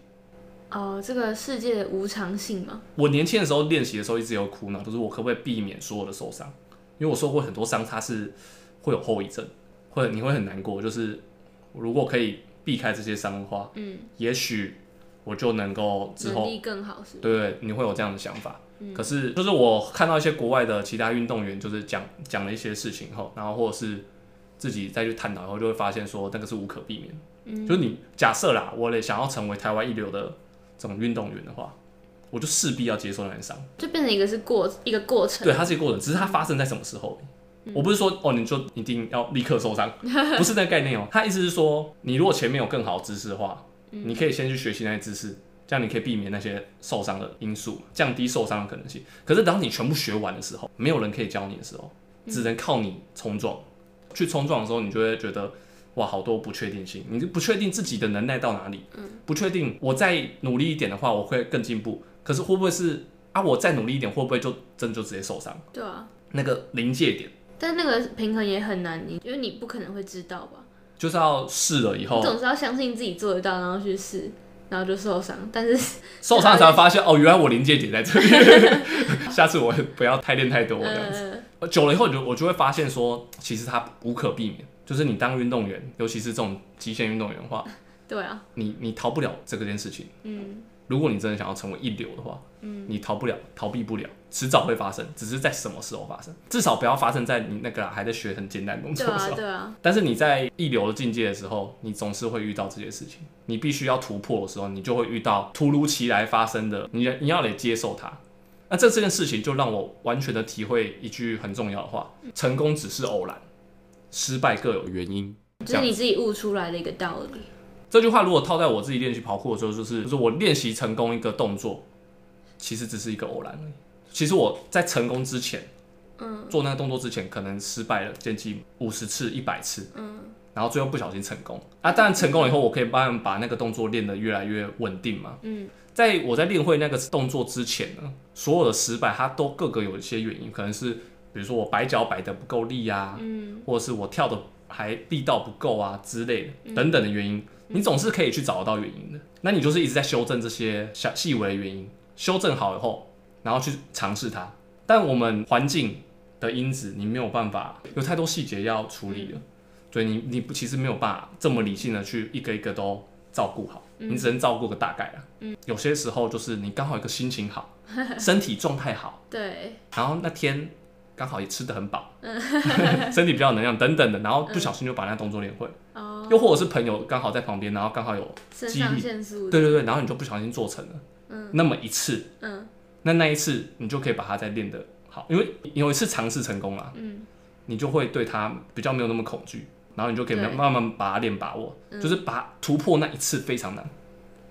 [SPEAKER 2] 哦，这个世界的无常性嘛，
[SPEAKER 1] 我年轻的时候练习的时候一直有苦恼，就是我可不可以避免所有的受伤？因为我受过很多伤，它是会有后遗症，或者你会很难过。就是如果可以避开这些伤的话，
[SPEAKER 2] 嗯，
[SPEAKER 1] 也许我就能够之
[SPEAKER 2] 能
[SPEAKER 1] 后
[SPEAKER 2] 力更好是吧？
[SPEAKER 1] 对对，你会有这样的想法。
[SPEAKER 2] 嗯
[SPEAKER 1] 可是，就是我看到一些国外的其他运动员，就是讲讲了一些事情后，然后或者是自己再去探讨以后，就会发现说那个是无可避免。
[SPEAKER 2] 嗯
[SPEAKER 1] 就是你假设啦，我得想要成为台湾一流的这种运动员的话，我就势必要接受那些伤。
[SPEAKER 2] 就变成一个是过一个过程，嗯
[SPEAKER 1] 对，它是一个过程，只是它发生在什么时候而已。我不是说哦，你就一定要立刻受 伤，不是那个概念哦。他意思是说，你如果前面有更好的知识的话，
[SPEAKER 2] 嗯
[SPEAKER 1] 你可以先去学习那些知识，这样你可以避免那些受伤的因素，降低受伤的可能性。可是当你全部学完的时候，没有人可以教你的时候，
[SPEAKER 2] 嗯
[SPEAKER 1] 只能靠你冲撞。去冲撞的时候，你就会觉得哇，好多不确定性，你就不确定自己的能耐到哪里，不确定我再努力一点的话，我会更进步。可是会不会是啊？我再努力一点，会不会就真的就直接受伤？
[SPEAKER 2] 对啊，
[SPEAKER 1] 那个临界点，
[SPEAKER 2] 但那个平衡也很难，你因为你不可能会知道吧？
[SPEAKER 1] 就是要试了以后
[SPEAKER 2] 你，总是要相信自己做得到，然后去试，然后就受伤，但是
[SPEAKER 1] 受伤才会发现哦，原来我临界点在这里。下次我不要太练太多这样子。
[SPEAKER 2] 呃，
[SPEAKER 1] 久了以后，你就我就会发现说，其实它无可避免，就是你当运动员，尤其是这种极限运动员的话，
[SPEAKER 2] 对啊，
[SPEAKER 1] 你你逃不了这个件事情。
[SPEAKER 2] 嗯
[SPEAKER 1] 如果你真的想要成为一流的话，嗯，你逃不了，逃避不了，迟早会发生，只是在什么时候发生。至少不要发生在你那个还在学很简单的动
[SPEAKER 2] 对
[SPEAKER 1] 作的时
[SPEAKER 2] 啊
[SPEAKER 1] 候。
[SPEAKER 2] 对啊，
[SPEAKER 1] 但是你在一流的境界的时候，你总是会遇到这些事情。你必须要突破的时候，你就会遇到突如其来发生的，你你要得接受它。那这这件事情就让我完全的体会一句很重要的话：成功只是偶然，失败各有原因。这
[SPEAKER 2] 就是
[SPEAKER 1] 样
[SPEAKER 2] 你自己悟出来的一个道理，
[SPEAKER 1] 这句话如果套在我自己练习跑酷的时候，就是就是我练习成功一个动作，其实只是一个偶然而已。其实我在成功之前，
[SPEAKER 2] 嗯，
[SPEAKER 1] 做那个动作之前，可能失败了接近五十次、一百次，
[SPEAKER 2] 嗯，
[SPEAKER 1] 然后最后不小心成功。啊，当然成功了以后，我可以慢慢把那个动作练得越来越稳定嘛。
[SPEAKER 2] 嗯，
[SPEAKER 1] 在我在练会那个动作之前呢，所有的失败它都各个有一些原因，可能是比如说我摆脚摆得不够力啊，
[SPEAKER 2] 嗯，
[SPEAKER 1] 或者是我跳的还力道不够啊之类
[SPEAKER 2] 嗯
[SPEAKER 1] 的等等的原因，你总是可以去找得到原因的。那你就是一直在修正这些小细微的原因，修正好以后，然后去尝试它。但我们环境的因子，你没有办法有太多细节要处理了，所以你你不其实没有办法这么理性的去一个一个都照顾好，你只能照顾个大概啊。有些时候就是你刚好一个心情好，身体状态好。
[SPEAKER 2] 对，
[SPEAKER 1] 然后那天刚好也吃得很饱，身体比较有能量等等的，然后不小心就把那动作练会了，
[SPEAKER 2] 哦，
[SPEAKER 1] 又或者是朋友刚好在旁边，然后刚好有，
[SPEAKER 2] 肾
[SPEAKER 1] 激励
[SPEAKER 2] 上腺素，
[SPEAKER 1] 对对对，然后你就不小心做成了，那么一次，
[SPEAKER 2] 嗯
[SPEAKER 1] 那那一次你就可以把它再练得好，因为你有一次尝试成功了，
[SPEAKER 2] 嗯，
[SPEAKER 1] 你就会对它比较没有那么恐惧，然后你就可以
[SPEAKER 2] 对嗯
[SPEAKER 1] 慢慢慢把它练把握，就是把突破那一次非常难，
[SPEAKER 2] 哦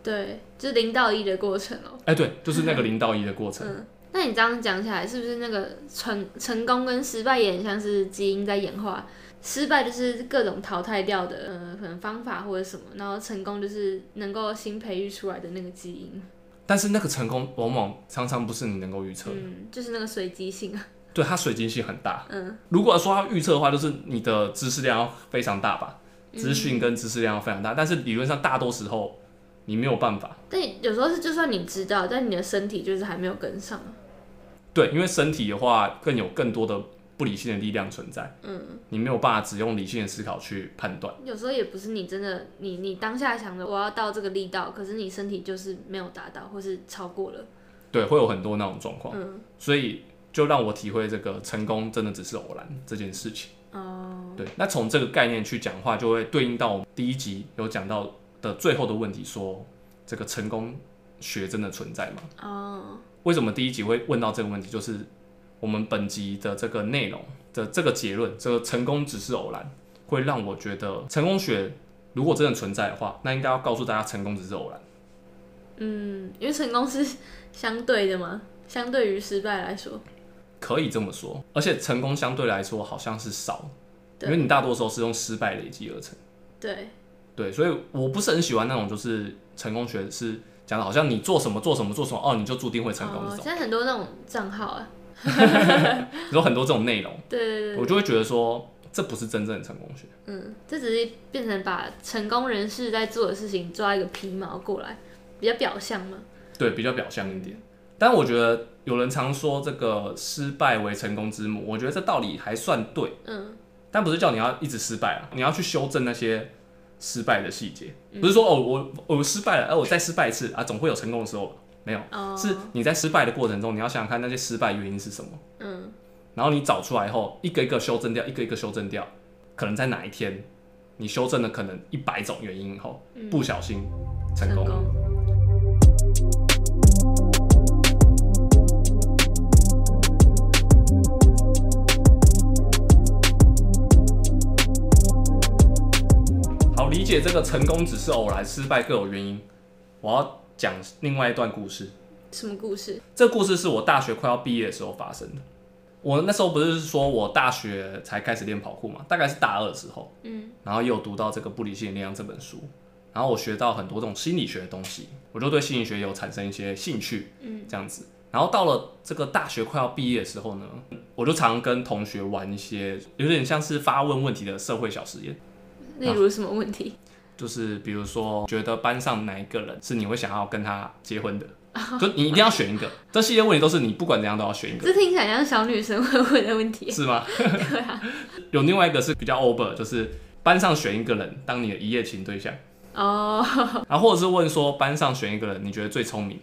[SPEAKER 2] 对，就是零到一的过程哦，
[SPEAKER 1] 哎，对，就是那个零到一的过程，
[SPEAKER 2] 嗯。那你这样讲起来，是不是那个成成功跟失败也很像是基因在演化？失败就是各种淘汰掉的，呃，可能方法或者什么，然后成功就是能够新培育出来的那个基因，
[SPEAKER 1] 但是那个成功往往常常不是你能够预测的，
[SPEAKER 2] 嗯嗯，就是那个随机性啊，
[SPEAKER 1] 对，它随机性很大。
[SPEAKER 2] 嗯
[SPEAKER 1] 如果说要预测的话，就是你的知识量要非常大吧，
[SPEAKER 2] 嗯
[SPEAKER 1] 资讯跟知识量要非常大。但是理论上，大多时候你没有办法，
[SPEAKER 2] 但有时候是就算你知道，但你的身体就是还没有跟上啊，
[SPEAKER 1] 对，因为身体的话更有更多的不理性的力量存在，
[SPEAKER 2] 嗯，
[SPEAKER 1] 你没有办法只用理性的思考去判断。
[SPEAKER 2] 有时候也不是你真的，你你当下想着我要到这个力道，可是你身体就是没有达到，或是超过了，
[SPEAKER 1] 对，会有很多那种状况，
[SPEAKER 2] 嗯，
[SPEAKER 1] 所以就让我体会这个成功真的只是偶然这件事情。
[SPEAKER 2] 哦，
[SPEAKER 1] 对，那从这个概念去讲话，就会对应到我们第一集有讲到的最后的问题说这个成功学真的存在吗？
[SPEAKER 2] 哦，
[SPEAKER 1] 为什么第一集会问到这个问题？就是我们本集的这个内容的这个结论，这个成功只是偶然，会让我觉得嗯成功学如果真的存在的话，那应该要告诉大家成功只是偶然。
[SPEAKER 2] 嗯，因为成功是 相对的嘛，相对于失败来说，
[SPEAKER 1] 可以这么说，而且成功相对来说好像是少，因
[SPEAKER 2] 对
[SPEAKER 1] 为你大多时候是用失败累积而成。
[SPEAKER 2] 对，
[SPEAKER 1] 对，所以我不是很喜欢那种就是成功学是讲的好像你做什么做什么做什么哦，你就注定会成功
[SPEAKER 2] 哦
[SPEAKER 1] 这，种
[SPEAKER 2] 现。在很多那种账号啊，
[SPEAKER 1] 有很多这种内容，
[SPEAKER 2] 对对对，
[SPEAKER 1] 我就会觉得说这不是真正的成功学。
[SPEAKER 2] 嗯，这只是变成把成功人士在做的事情抓一个皮毛过来，比较表象嘛，
[SPEAKER 1] 对，比较表象一点。但我觉得有人常说这个失败为成功之母，我觉得这道理还算对。
[SPEAKER 2] 嗯，
[SPEAKER 1] 但不是叫你要一直失败啊，你要去修正那些失败的细节，不是说哦我我失败了，哎、我再失败一次啊，总会有成功的时候吧？没有，
[SPEAKER 2] 哦，
[SPEAKER 1] 是你在失败的过程中，你要想想看那些失败原因是什么，
[SPEAKER 2] 嗯，
[SPEAKER 1] 然后你找出来后，一个一个修正掉，一个一个修正掉，可能在哪一天你修正了可能一百种原因后，不小心嗯成功了。好，理解这个成功只是偶然，失败各有原因。我要讲另外一段故事。
[SPEAKER 2] 什么故事？
[SPEAKER 1] 这故事是我大学快要毕业的时候发生的。我那时候不是说我大学才开始练跑酷嘛，大概是大二的时候，
[SPEAKER 2] 嗯，
[SPEAKER 1] 然后也有读到这个《不理性的力量》这本书，然后我学到很多这种心理学的东西，我就对心理学有产生一些兴趣，
[SPEAKER 2] 嗯，
[SPEAKER 1] 这样子。然后到了这个大学快要毕业的时候呢，我就常跟同学玩一些有点像是发问问题的社会小实验。嗯
[SPEAKER 2] 例如什么问题？
[SPEAKER 1] 就是比如说，觉得班上哪一个人是你会想要跟他结婚的，就你一定要选 一个。这系列问题都是你不管怎样都要选一个，
[SPEAKER 2] 这听起来像小女生会问的问题。
[SPEAKER 1] 是吗？
[SPEAKER 2] 对啊，
[SPEAKER 1] 有另外一个是比较 over，就是班上选一个人当你的一夜情对象，
[SPEAKER 2] 哦，
[SPEAKER 1] 然后或者是问说班上选一个人你觉得最聪明。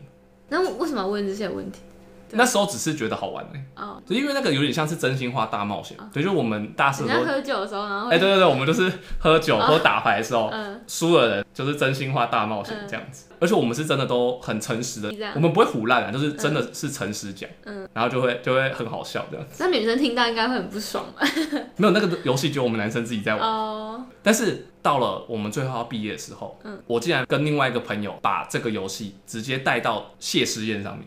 [SPEAKER 2] 那为什么要问这些问题？对
[SPEAKER 1] 那时候只是觉得好玩哎、
[SPEAKER 2] 哦，
[SPEAKER 1] 就因为那个有点像是真心话大冒险，
[SPEAKER 2] 啊
[SPEAKER 1] 对，就我们大四
[SPEAKER 2] 人
[SPEAKER 1] 的时
[SPEAKER 2] 家
[SPEAKER 1] 候，
[SPEAKER 2] 喝酒的时候，然后
[SPEAKER 1] 哎、
[SPEAKER 2] 会
[SPEAKER 1] 对对对，我们就是喝酒或打牌的时候，
[SPEAKER 2] 哦嗯，
[SPEAKER 1] 输了人就是真心话大冒险
[SPEAKER 2] 嗯
[SPEAKER 1] 这样子，而且我们是真的都很诚实的
[SPEAKER 2] 这样，
[SPEAKER 1] 我们不会胡乱啊，就是真的是诚实讲，
[SPEAKER 2] 嗯
[SPEAKER 1] 然后就会就会很好笑这样。
[SPEAKER 2] 那女生听到应该会很不爽吧？
[SPEAKER 1] 没有那个游戏只有我们男生自己在玩，
[SPEAKER 2] 哦，
[SPEAKER 1] 但是到了我们最后要毕业的时候，
[SPEAKER 2] 嗯
[SPEAKER 1] 我竟然跟另外一个朋友把这个游戏直接带到谢师宴上面。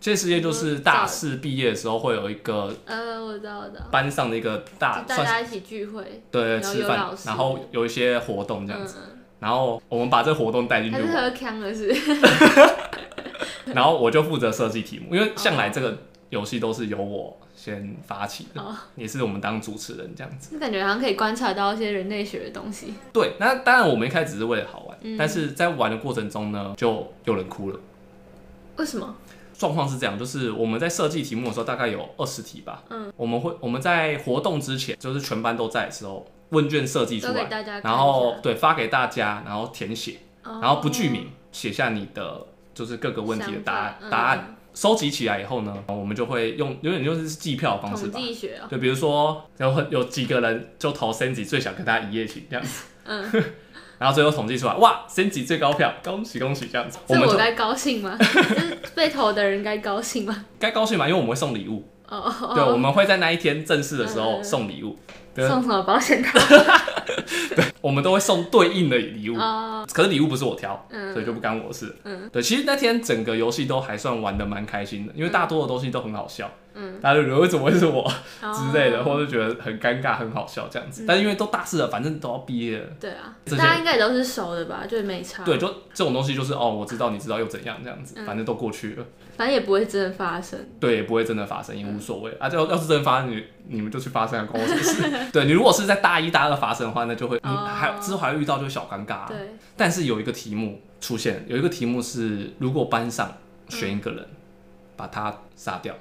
[SPEAKER 1] 谢师宴就是大四毕业的时候会有一个
[SPEAKER 2] 呃，我知道，我知道，
[SPEAKER 1] 班上的一个大
[SPEAKER 2] 就大
[SPEAKER 1] 啊算是
[SPEAKER 2] 家一起聚会，
[SPEAKER 1] 对
[SPEAKER 2] 有
[SPEAKER 1] 吃
[SPEAKER 2] 有
[SPEAKER 1] 饭
[SPEAKER 2] 老，师
[SPEAKER 1] 然后有一些活动这样
[SPEAKER 2] 嗯
[SPEAKER 1] 子，，然后我们把这个活动带进去
[SPEAKER 2] 还
[SPEAKER 1] 玩
[SPEAKER 2] 是。喝康了是？
[SPEAKER 1] 然后我就负责设计题目，因为向来这个游戏都是由我先发起的
[SPEAKER 2] 哦
[SPEAKER 1] 也是我们当主持人这样子。
[SPEAKER 2] 就感觉好像可以观察到一些人类学的东西。
[SPEAKER 1] 对，那当然我们一开始只是为了好玩，
[SPEAKER 2] 嗯
[SPEAKER 1] 但是在玩的过程中呢，就有人哭了。
[SPEAKER 2] 为什么？
[SPEAKER 1] 状况是这样，就是我们在设计题目的时候，大概有二十题吧。嗯，我们会我们在活动之前，就是全班都在的时候，问卷设计出
[SPEAKER 2] 都给
[SPEAKER 1] 来，
[SPEAKER 2] 大家看一下，
[SPEAKER 1] 然后对发给大家，然后填写，
[SPEAKER 2] 哦，
[SPEAKER 1] 然后不具名，写下你的就是各个问题的答案
[SPEAKER 2] 想法嗯
[SPEAKER 1] 答案。收集起来以后呢，我们就会用有点就是计票的方式
[SPEAKER 2] 统
[SPEAKER 1] 吧，
[SPEAKER 2] 计学哦，
[SPEAKER 1] 就比如说有很有几个人就投 Sandy 最想跟他一夜情这样子，
[SPEAKER 2] 嗯，
[SPEAKER 1] 然后最后统计出来，哇，Sandy 最高票，恭喜恭喜这样子，我
[SPEAKER 2] 这
[SPEAKER 1] 们
[SPEAKER 2] 我
[SPEAKER 1] 就
[SPEAKER 2] 该高 兴吗？就是被投的人该高兴吗？
[SPEAKER 1] 该高兴嘛，因为我们会送礼物，
[SPEAKER 2] 哦哦 哦，
[SPEAKER 1] 对，我们会在那一天正式的时
[SPEAKER 2] 嗯嗯
[SPEAKER 1] 候
[SPEAKER 2] 嗯
[SPEAKER 1] 送礼物，对，
[SPEAKER 2] 送什么保险套？
[SPEAKER 1] 我们都会送对应的礼物，
[SPEAKER 2] 哦，
[SPEAKER 1] 可是礼物不是我挑，嗯
[SPEAKER 2] 嗯
[SPEAKER 1] 所以就不干我的事，
[SPEAKER 2] 嗯，
[SPEAKER 1] 对，其实那天整个游戏都还算玩的蛮开心的，因为大多的东西都很好笑，
[SPEAKER 2] 嗯，
[SPEAKER 1] 大家就觉得为什么会是我
[SPEAKER 2] 哦嗯
[SPEAKER 1] 之类的，或者觉得很尴尬、很好笑这样子，但是因为都大四了，反正都要毕业了。
[SPEAKER 2] 对啊，
[SPEAKER 1] 这些
[SPEAKER 2] 大家应该也都是熟的吧，就没差，
[SPEAKER 1] 对，，就这种东西就是哦，我知道你知道又怎样这样子，
[SPEAKER 2] 嗯
[SPEAKER 1] 反正都过去了，
[SPEAKER 2] 反正也不会真的发生。
[SPEAKER 1] 对，也不会真的发生，
[SPEAKER 2] 嗯
[SPEAKER 1] 也无所谓啊。要要是真的发生，你你们就去发生啊，关我什么事？ 对你如果是在大一大二发生的话，那就会你
[SPEAKER 2] 哦
[SPEAKER 1] 还之后还会遇到就小尴尬啊、
[SPEAKER 2] 对，
[SPEAKER 1] 但是有一个题目出现，有一个题目是如果班上选一个人、把他杀掉，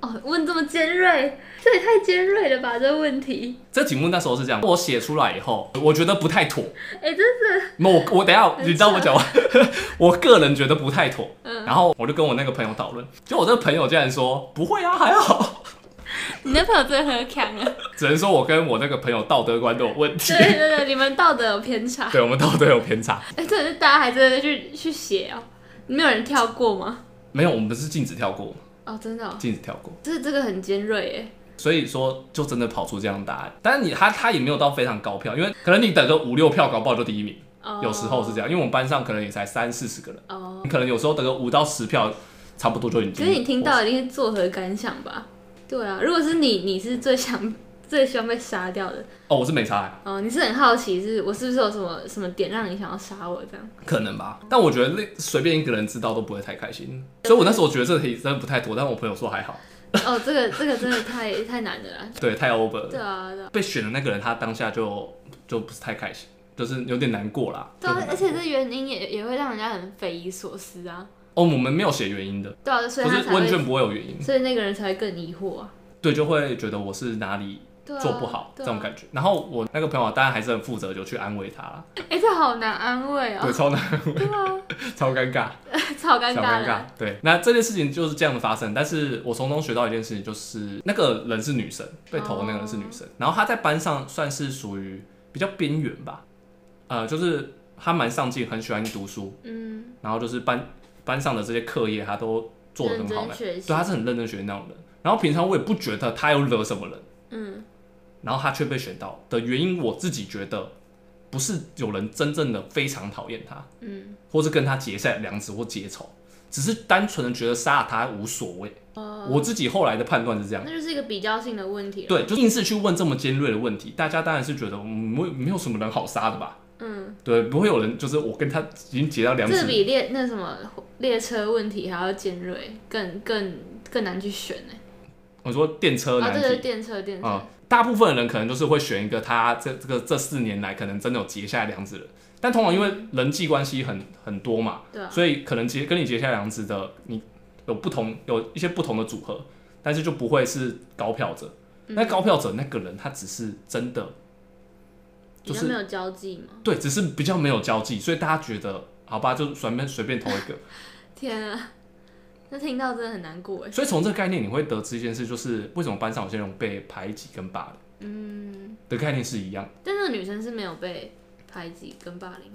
[SPEAKER 2] 哦，问这么尖锐，这也太尖锐了吧？这问题，
[SPEAKER 1] 这题目那时候是这样，我写出来以后，我觉得不太妥，
[SPEAKER 2] 哎，真是，
[SPEAKER 1] 那我我等一下，
[SPEAKER 2] 很
[SPEAKER 1] 你知道我讲完，我个人觉得不太妥，
[SPEAKER 2] 嗯
[SPEAKER 1] 然后我就跟我那个朋友讨论，就我这个朋友竟然说不会啊，还好，
[SPEAKER 2] 你那朋友真的很强啊！
[SPEAKER 1] 只能说我跟我那个朋友道德观都有问题
[SPEAKER 2] 对，对对，你们道德有偏差。
[SPEAKER 1] 对我们道德有偏差。
[SPEAKER 2] 哎，真的是大家还真的去去写哦，没有人跳过吗？
[SPEAKER 1] 没有，我们不是禁止跳过，
[SPEAKER 2] 哦，真的哦，
[SPEAKER 1] 禁止跳过，
[SPEAKER 2] 这这个很尖锐哎。
[SPEAKER 1] 所以说就真的跑出这样的答案。但是你他他也没有到非常高票，因为可能你等个五六票搞不好就第一名，
[SPEAKER 2] 哦
[SPEAKER 1] 有时候是这样，因为我们班上可能也才三四十个人，
[SPEAKER 2] 哦，
[SPEAKER 1] 你可能有时候等个五到十票，差不多就已经。
[SPEAKER 2] 可是你听到一定是作何感想吧？对啊，如果是你，你是最想 最希望被杀掉的
[SPEAKER 1] 哦，我是没差、欸。
[SPEAKER 2] 哦，你是很好奇是我是不是有什么什么点让你想要杀我这样？
[SPEAKER 1] 可能吧，但我觉得那随便一个人知道都不会太开心，所以我那时候觉得这题真的不太妥，但我朋友说还好，
[SPEAKER 2] 哦，这个 这个真的太太难了啦。
[SPEAKER 1] 对，太 over
[SPEAKER 2] 对
[SPEAKER 1] 了。
[SPEAKER 2] 啊，对啊，
[SPEAKER 1] 被选的那个人他当下就就不是太开心，就是有点难过啦。
[SPEAKER 2] 对啊
[SPEAKER 1] 就很难
[SPEAKER 2] 而且这原因也也会让人家很匪夷所思啊。
[SPEAKER 1] 哦，我们没有写原因的，
[SPEAKER 2] 对啊，所以
[SPEAKER 1] 就
[SPEAKER 2] 他
[SPEAKER 1] 是
[SPEAKER 2] 才
[SPEAKER 1] 问
[SPEAKER 2] 会，
[SPEAKER 1] 卷不会有原因，
[SPEAKER 2] 所以那个人才会更疑惑啊。
[SPEAKER 1] 对，就会觉得我是哪里
[SPEAKER 2] 对啊
[SPEAKER 1] 做不好、
[SPEAKER 2] 对
[SPEAKER 1] 这
[SPEAKER 2] 啊
[SPEAKER 1] 种感觉。然后我那个朋友当然还是很负责，就去安慰他啦，
[SPEAKER 2] 哎、这好难安慰哦、
[SPEAKER 1] 对，超难，
[SPEAKER 2] 对啊，
[SPEAKER 1] 超尴尬，
[SPEAKER 2] 超尴
[SPEAKER 1] 小
[SPEAKER 2] 尬
[SPEAKER 1] 尴
[SPEAKER 2] 的。
[SPEAKER 1] 尬。对，那这件事情就是这样的发生。但是我从中学到一件事情，就是那个人是女生，被投的那个人是女生，
[SPEAKER 2] 哦
[SPEAKER 1] 然后她在班上算是属于比较边缘吧，呃，就是她蛮上进，很喜欢读书，
[SPEAKER 2] 嗯，
[SPEAKER 1] 然后就是班班上的这些课业她都做的很好
[SPEAKER 2] 认
[SPEAKER 1] 的，
[SPEAKER 2] 真学习
[SPEAKER 1] 对，她啊是很认真学习那种人。然后平常我也不觉得她有惹什么人。
[SPEAKER 2] 嗯，
[SPEAKER 1] 然后他却被选到的原因，我自己觉得不是有人真正的非常讨厌他，
[SPEAKER 2] 嗯，
[SPEAKER 1] 或是跟他结下梁子或结仇，只是单纯的觉得杀了他无所谓。
[SPEAKER 2] 哦、
[SPEAKER 1] 我自己后来的判断是这样，
[SPEAKER 2] 那就是一个比较性的问题了。
[SPEAKER 1] 啊对，就硬是去问这么尖锐的问题，大家当然是觉得嗯没有没有什么人好杀的吧？
[SPEAKER 2] 嗯，
[SPEAKER 1] 对，不会有人就是我跟他已经结到梁
[SPEAKER 2] 这
[SPEAKER 1] 子，
[SPEAKER 2] 比列那什么列车问题还要尖锐，更更更难去选呢、
[SPEAKER 1] 我说电车
[SPEAKER 2] 啊，
[SPEAKER 1] 难
[SPEAKER 2] 这
[SPEAKER 1] 题。
[SPEAKER 2] 个电车电车，
[SPEAKER 1] 嗯，大部分的人可能就是会选一个他这这个这四年来可能真的有结下梁子的人，但通常因为人际关系很很多嘛，
[SPEAKER 2] 对啊，
[SPEAKER 1] 所以可能结跟你结下梁子的，你有不同有一些不同的组合，但是就不会是高票者。那高票者那个人，他只是真的
[SPEAKER 2] 比
[SPEAKER 1] 就
[SPEAKER 2] 较
[SPEAKER 1] 是
[SPEAKER 2] 没有交际嘛。
[SPEAKER 1] 对，只是比较没有交际，所以大家觉得好吧，就随便随便投一个。
[SPEAKER 2] 天啊，那听到真的很难过哎。
[SPEAKER 1] 所以从这个概念，你会得知一件事，就是为什么班上有些人被排挤跟霸凌
[SPEAKER 2] 嗯，
[SPEAKER 1] 的概念是一样的。
[SPEAKER 2] 但那个女生是没有被排挤跟霸凌，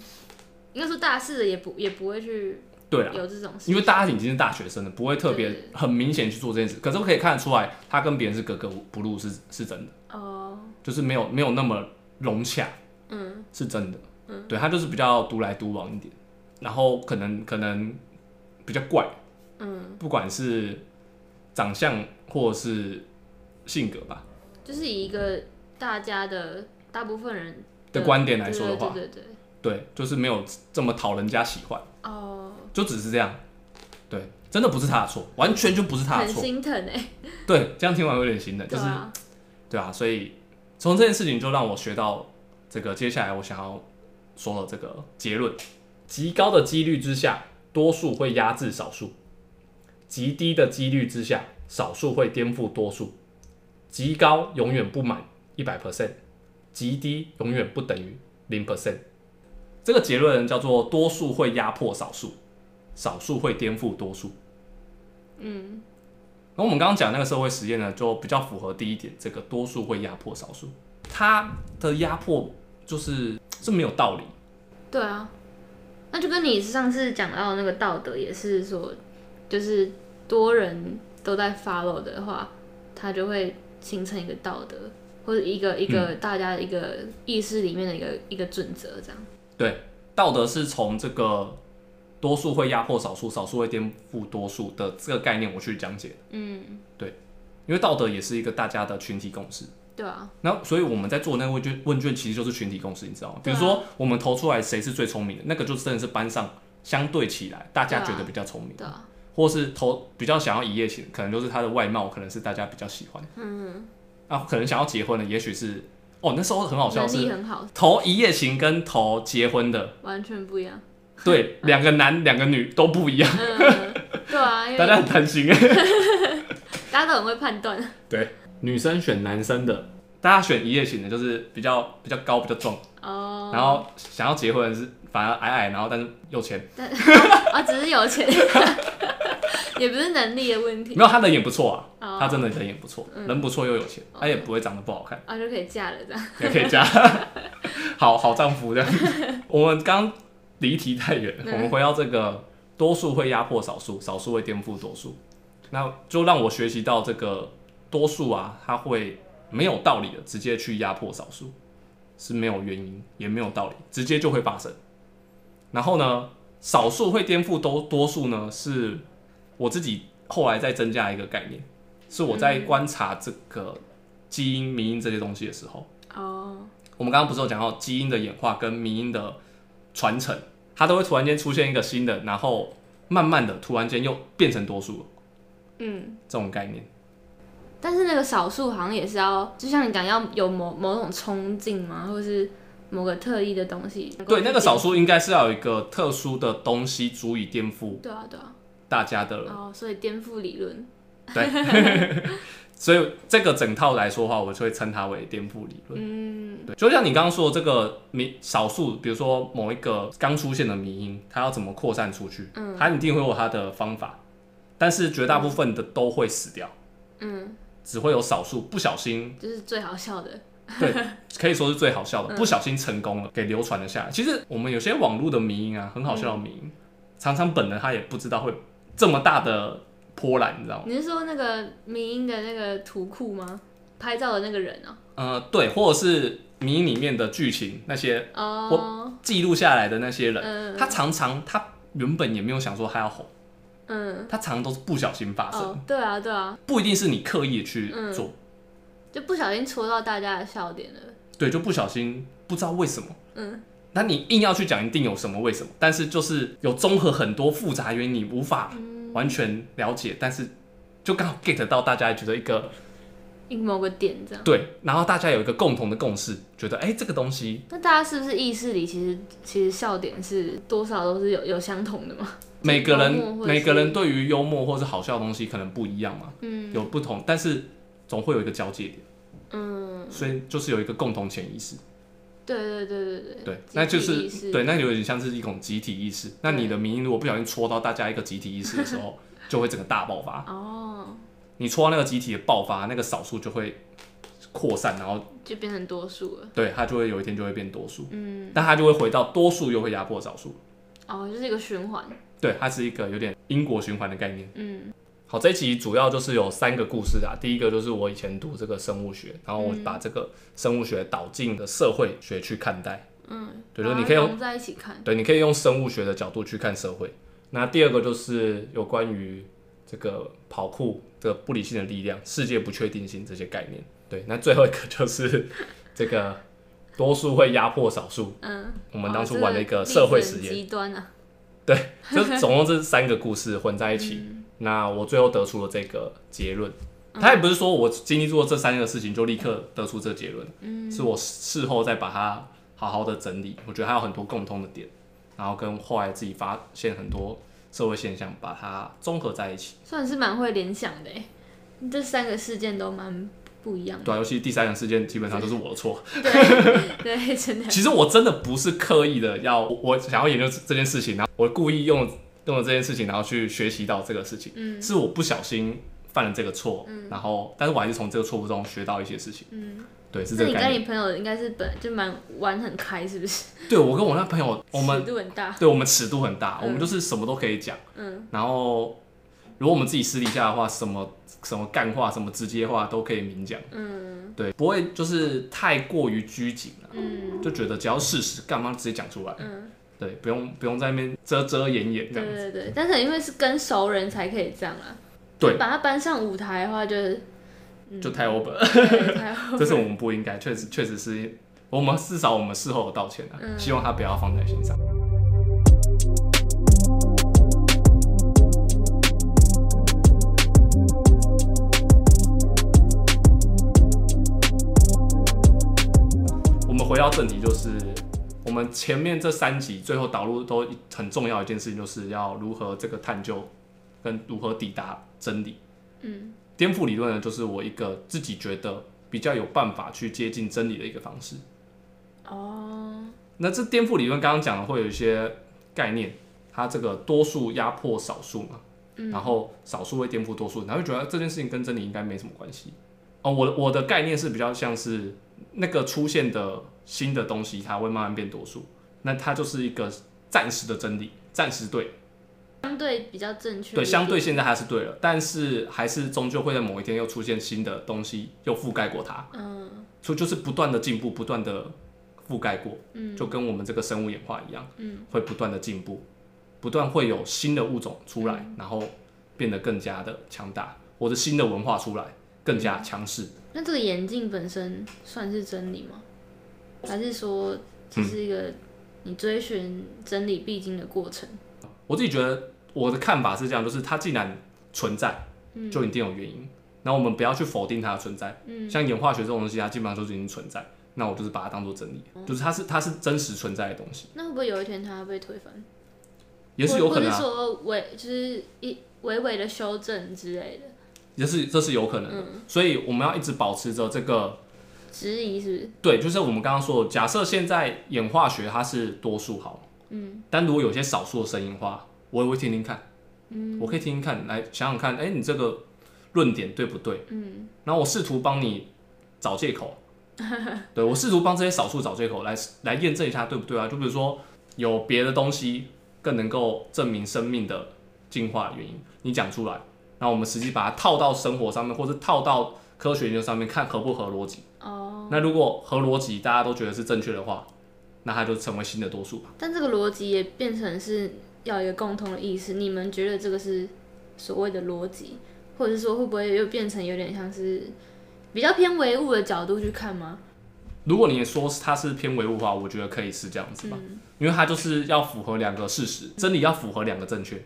[SPEAKER 2] 应该说大四的也不也不会去
[SPEAKER 1] 对啊，
[SPEAKER 2] 有这种事。
[SPEAKER 1] 因为大家已经是大学生了，不会特别
[SPEAKER 2] 对
[SPEAKER 1] 很明显去做这件事，可是我可以看得出来，他跟别人是格格不入是是真的，
[SPEAKER 2] 哦，
[SPEAKER 1] 就是没有没有那么融洽。
[SPEAKER 2] 嗯，
[SPEAKER 1] 是真的，对他就是比较独来独往一点，然后可能可能比较怪，
[SPEAKER 2] 嗯，
[SPEAKER 1] 不管是长相或是性格吧
[SPEAKER 2] 就是以一个大家的大部分人
[SPEAKER 1] 的观点来说的话，
[SPEAKER 2] 对对对对对
[SPEAKER 1] 对，就是没有这么讨人家喜欢，
[SPEAKER 2] 哦，
[SPEAKER 1] 就只是这样，对，真的不是他的错，完全就不是他
[SPEAKER 2] 很
[SPEAKER 1] 的错，
[SPEAKER 2] 心疼哎，
[SPEAKER 1] 对，这样听完有点心疼，就
[SPEAKER 2] 对
[SPEAKER 1] 是
[SPEAKER 2] 啊，
[SPEAKER 1] 对啊，所以从这件事情就让我学到这个接下来我想要说的这个结论：极高的几率之下，多数会压制少数；极低的几率之下，少数会颠覆多数。极高永远不满一百 percent，极低永远不等于零 percent。这个结论叫做多数会压迫少数，少数会颠覆多数。
[SPEAKER 2] 嗯
[SPEAKER 1] 然后我们刚刚讲那个社会实验呢，就比较符合第一点，这个多数会压迫少数，它的压迫就是是没有道理，
[SPEAKER 2] 对啊，那就跟你上次讲到的那个道德也是说，就是多人都在 follow 的话，它就会形成一个道德或者一个一个大家一个意识里面的一个一个准则这样。
[SPEAKER 1] 道德是从这个多数会压迫少数，少数会颠覆多数的这个概念我去讲解的，
[SPEAKER 2] 嗯，
[SPEAKER 1] 因为道德也是一个大家的群体共识。
[SPEAKER 2] 对啊，
[SPEAKER 1] 那所以我们在做那个问卷，问卷其实就是群体共识，你知道吗？比
[SPEAKER 2] 对啊
[SPEAKER 1] 如说我们投出来谁是最聪明的，那个就真的是班上相对起来大家
[SPEAKER 2] 对啊
[SPEAKER 1] 觉得比较聪明，
[SPEAKER 2] 对啊，
[SPEAKER 1] 或是投比较想要一夜情，可能就是他的外貌，可能是大家比较喜欢的。
[SPEAKER 2] 嗯，
[SPEAKER 1] 啊，可能想要结婚的，也许是哦，那时候很好笑
[SPEAKER 2] 能力
[SPEAKER 1] 是
[SPEAKER 2] 很好，
[SPEAKER 1] 投一夜情跟投结婚的，
[SPEAKER 2] 完全不一样。
[SPEAKER 1] 对，两个男两个女都不一样，
[SPEAKER 2] 嗯，对 啊，因
[SPEAKER 1] 大家
[SPEAKER 2] 为
[SPEAKER 1] 很担心哎。
[SPEAKER 2] 大家都很会判断。
[SPEAKER 1] 对，女生选男生的，大家选一夜情的，就是比较比较高比较壮，
[SPEAKER 2] 哦，
[SPEAKER 1] 然后想要结婚的是反而矮矮，然后但是有钱，
[SPEAKER 2] 啊，只是有钱，也不是能力的问题
[SPEAKER 1] 没有他人也不错啊，
[SPEAKER 2] 哦
[SPEAKER 1] 他真的人也不错，人不错又有钱，他也不会长得不好看。
[SPEAKER 2] 啊，就可以嫁了这样。
[SPEAKER 1] 也可以加 好好丈夫这样。我们刚离题太远，
[SPEAKER 2] 嗯
[SPEAKER 1] 我们回到这个多数会压迫少数，少数会颠覆多数，那就让我学习到这个多数啊，他会没有道理的直接去压迫少数，是没有原因也没有道理，直接就会发生。然后呢，少数会颠覆多多数呢，是我自己后来再增加一个概念，是我在观察这个基因、迷因这些东西的时候。
[SPEAKER 2] 哦，
[SPEAKER 1] 我们刚刚不是有讲到基因的演化跟迷因的传承，它都会突然间出现一个新的，然后慢慢的突然间又变成多数了
[SPEAKER 2] 嗯。
[SPEAKER 1] 这种概念。
[SPEAKER 2] 但是那个少数好像也是要，就像你讲，要有某某种冲劲嘛，或是某个特异的东西。
[SPEAKER 1] 对，那个少。数应该是要有一个特殊的东西足以颠覆
[SPEAKER 2] 对啊，对啊。
[SPEAKER 1] 大家的
[SPEAKER 2] 哦，所以颠覆理论。
[SPEAKER 1] 所以这个整套来说的话，我就会称它为颠覆理论。
[SPEAKER 2] 嗯，
[SPEAKER 1] 对，就像你刚刚说的这个迷少数，比如说某一个刚出现的迷因，它要怎么扩散出去？
[SPEAKER 2] 嗯
[SPEAKER 1] 它一定会有它的方法，但是绝大部分的都会死掉，
[SPEAKER 2] 嗯，
[SPEAKER 1] 只会有少数不小心，
[SPEAKER 2] 就是最好笑的，
[SPEAKER 1] 可以说是最好笑
[SPEAKER 2] 嗯
[SPEAKER 1] 的，不小心成功了，给流传了下来。其实我们有些网络的迷因啊，很好笑的迷
[SPEAKER 2] 嗯
[SPEAKER 1] 因，常常本人他也不知道会这么大的波澜，你知道吗？
[SPEAKER 2] 你是说那个迷音的那个图库吗？拍照的那个人哦、
[SPEAKER 1] 呃，对，或者是迷因里面的剧情那些
[SPEAKER 2] 哦，
[SPEAKER 1] 记录下来的那些人，
[SPEAKER 2] 嗯
[SPEAKER 1] 他常常他原本也没有想说他要红。
[SPEAKER 2] 嗯，
[SPEAKER 1] 它常常都是不小心发生，
[SPEAKER 2] 哦，嗯对啊，对啊，
[SPEAKER 1] 不一定是你刻意去做，
[SPEAKER 2] 就不小心戳到大家的笑点了。
[SPEAKER 1] 对，就不小心不知道为什么。
[SPEAKER 2] 嗯，
[SPEAKER 1] 那你硬要去讲，一定有什么为什么，但是就是有综合很多复杂原因，你无法完全了解，但是就刚好 get 到大家觉得一个
[SPEAKER 2] 一某个点这样。
[SPEAKER 1] 对，然后大家有一个共同的共识，觉得哎、这个东西
[SPEAKER 2] 那大家是不是意识里其实其实笑点是多少都是有有相同的嘛？
[SPEAKER 1] 每个
[SPEAKER 2] 幽
[SPEAKER 1] 人
[SPEAKER 2] 默或者是
[SPEAKER 1] 每个人对于幽默或是好笑的东西可能不一样嘛，
[SPEAKER 2] 嗯
[SPEAKER 1] 有不同，但是总会有一个交界点，
[SPEAKER 2] 嗯，
[SPEAKER 1] 所以就是有一个共同潜意识。
[SPEAKER 2] 对对对对对，
[SPEAKER 1] 对，
[SPEAKER 2] 嗯集
[SPEAKER 1] 那就
[SPEAKER 2] 体
[SPEAKER 1] 是
[SPEAKER 2] 意识
[SPEAKER 1] 对，那有点像是一种集体意识。那你的名如果不小心戳到大家一个集体意识的时候，就会整个大爆发。
[SPEAKER 2] 哦，
[SPEAKER 1] 你戳到那个集体的爆发，那个少数就会扩散，然后
[SPEAKER 2] 就变成多数了。
[SPEAKER 1] 对它就会有一天就会变多数，
[SPEAKER 2] 嗯，
[SPEAKER 1] 但它就会回到多数又会压迫少数。
[SPEAKER 2] 哦，就是一个循环。
[SPEAKER 1] 对，它是一个有点因果循环的概念。
[SPEAKER 2] 嗯
[SPEAKER 1] 好，这一集主要就是有三个故事啊。第一个就是我以前读这个生物学，然后我把这个生物学导进的社会学去看待。
[SPEAKER 2] 嗯，
[SPEAKER 1] 对
[SPEAKER 2] 把
[SPEAKER 1] 就是
[SPEAKER 2] 它
[SPEAKER 1] 你可以用
[SPEAKER 2] 融在一起看。
[SPEAKER 1] 对，你可以用生物学的角度去看社会。那第二个就是有关于这个跑酷这个不理性的力量、世界不确定性这些概念。对，那最后一个就是这个多数会压迫少数。
[SPEAKER 2] 嗯，
[SPEAKER 1] 我们当初
[SPEAKER 2] 哇
[SPEAKER 1] 玩了一个社会实
[SPEAKER 2] 这个例子
[SPEAKER 1] 验，
[SPEAKER 2] 很极端啊。
[SPEAKER 1] 对， 就是总共这三个故事混在一起。那我最后得出了这个结论。他也不是说我经历过这三个事情就立刻得出这个结论，是我事后再把它好好的整理。我觉得还有很多共通的点，然后跟后来自己发现很多社会现象，把它综合在一起。
[SPEAKER 2] 算是蛮会联想的欸，这三个事件都蛮不一样的。
[SPEAKER 1] 对、啊，尤其第三个事件基本上都是我的错。
[SPEAKER 2] 对对，真 的。
[SPEAKER 1] 其实我真的不是刻意的要我我想要研究这件事情，然后我故意用用了这件事情，然后去学习到这个事情，
[SPEAKER 2] 嗯
[SPEAKER 1] 是我不小心犯了这个错，然后但是我还是从这个错误中学到一些事情。
[SPEAKER 2] 嗯，
[SPEAKER 1] 对，是
[SPEAKER 2] 那
[SPEAKER 1] 这个
[SPEAKER 2] 你
[SPEAKER 1] 概
[SPEAKER 2] 跟
[SPEAKER 1] 念。
[SPEAKER 2] 你朋友应该是本来就蛮玩很开，是不是？
[SPEAKER 1] 对我跟我那朋友，我们
[SPEAKER 2] 尺度很大。
[SPEAKER 1] 对我们尺度很大，
[SPEAKER 2] 嗯
[SPEAKER 1] 我们就是什么都可以讲。
[SPEAKER 2] 嗯
[SPEAKER 1] 然后，如果我们自己私底下的话，什么什么干话、什么直接话都可以明讲，
[SPEAKER 2] 嗯
[SPEAKER 1] 对，不会就是太过于拘谨了、
[SPEAKER 2] 嗯
[SPEAKER 1] 就觉得只要事实，干嘛直接讲出来？
[SPEAKER 2] 嗯，
[SPEAKER 1] 对，不用不用在那边遮遮掩掩这
[SPEAKER 2] 对
[SPEAKER 1] 样。
[SPEAKER 2] 对对，但是因为是跟熟人才可以这样啊。
[SPEAKER 1] 对
[SPEAKER 2] 就把它搬上舞台的话，就是嗯
[SPEAKER 1] 就太 over，了
[SPEAKER 2] 对太好。
[SPEAKER 1] 这是我们不应该，确实确实是我们至少我们事后有道歉啊，
[SPEAKER 2] 嗯
[SPEAKER 1] 希望他不要放在心上。我们回到正题，就是我们前面这三集最后导入都很重要一件事情，就是要如何这个探究跟如何抵达真理。
[SPEAKER 2] 嗯
[SPEAKER 1] 颠覆理论呢，就是我一个自己觉得比较有办法去接近真理的一个方式。
[SPEAKER 2] 哦，
[SPEAKER 1] 那这颠覆理论刚刚讲的会有一些概念，它这个多数压迫少数嘛，然后少数会颠覆多数，然后就觉得这件事情跟真理应该没什么关系。哦，我的我的概念是比较像是那个出现的新的东西，它会慢慢变多数，那它就是一个暂时的真理，暂时对，
[SPEAKER 2] 相对比较正确一点。
[SPEAKER 1] 对，相对现在它是对了，但是还是终究会在某一天又出现新的东西，又覆盖过它。
[SPEAKER 2] 嗯
[SPEAKER 1] 所以就是不断的进步，不断的覆盖过，
[SPEAKER 2] 嗯
[SPEAKER 1] 就跟我们这个生物演化一样，
[SPEAKER 2] 嗯，
[SPEAKER 1] 会不断的进步，不断会有新的物种出来，
[SPEAKER 2] 嗯
[SPEAKER 1] 然后变得更加的强大，或者新的文化出来更
[SPEAKER 2] 嗯
[SPEAKER 1] 加强势。
[SPEAKER 2] 那这个眼镜本身算是真理吗？还是说这是一个你追寻真理必经的过程？
[SPEAKER 1] 嗯我自己觉得我的看法是这样，就是它既然存在，就一定有原因。那我们不要去否定它的存在，
[SPEAKER 2] 嗯
[SPEAKER 1] 像演化学这种东西，它基本上就是已经存在。那我就是把它当做真理，
[SPEAKER 2] 嗯
[SPEAKER 1] 就是它是它是真实存在的东西，
[SPEAKER 2] 那会不会有一天它被推翻？
[SPEAKER 1] 也是有可能、
[SPEAKER 2] 或
[SPEAKER 1] 啊
[SPEAKER 2] 或是。说伪就是一微微的修正之类的，嗯
[SPEAKER 1] 这是这是有可能的。所以我们要一直保持着这个，
[SPEAKER 2] 质疑是不是？
[SPEAKER 1] 对，就是我们刚刚说的，假设现在演化学它是多数好了，嗯，但如果有些少数的声音的话，我也会听听看，嗯，我可以听听看，来想想看，哎、你这个论点对不对？
[SPEAKER 2] 嗯，
[SPEAKER 1] 然后我试图帮你找借 口，对我试图帮这些少数找借口来来验证一下对不对啊？就比如说有别的东西更能够证明生命的进化原因，你讲出来，那我们实际把它套到生活上面，或是套到科学研究上面，看合不合逻辑。
[SPEAKER 2] 哦，
[SPEAKER 1] 那如果合逻辑，大家都觉得是正确的话，那它就成为新的多数吧。
[SPEAKER 2] 但这个逻辑也变成是要有一个共同的意识，你们觉得这个是所谓的逻辑，或者是说会不会又变成有点像是比较偏唯物的角度去看吗？
[SPEAKER 1] 如果你说它是偏唯物化，我觉得可以是这样子吧，
[SPEAKER 2] 嗯
[SPEAKER 1] 因为它就是要符合两个事实，真理要符合两个正确，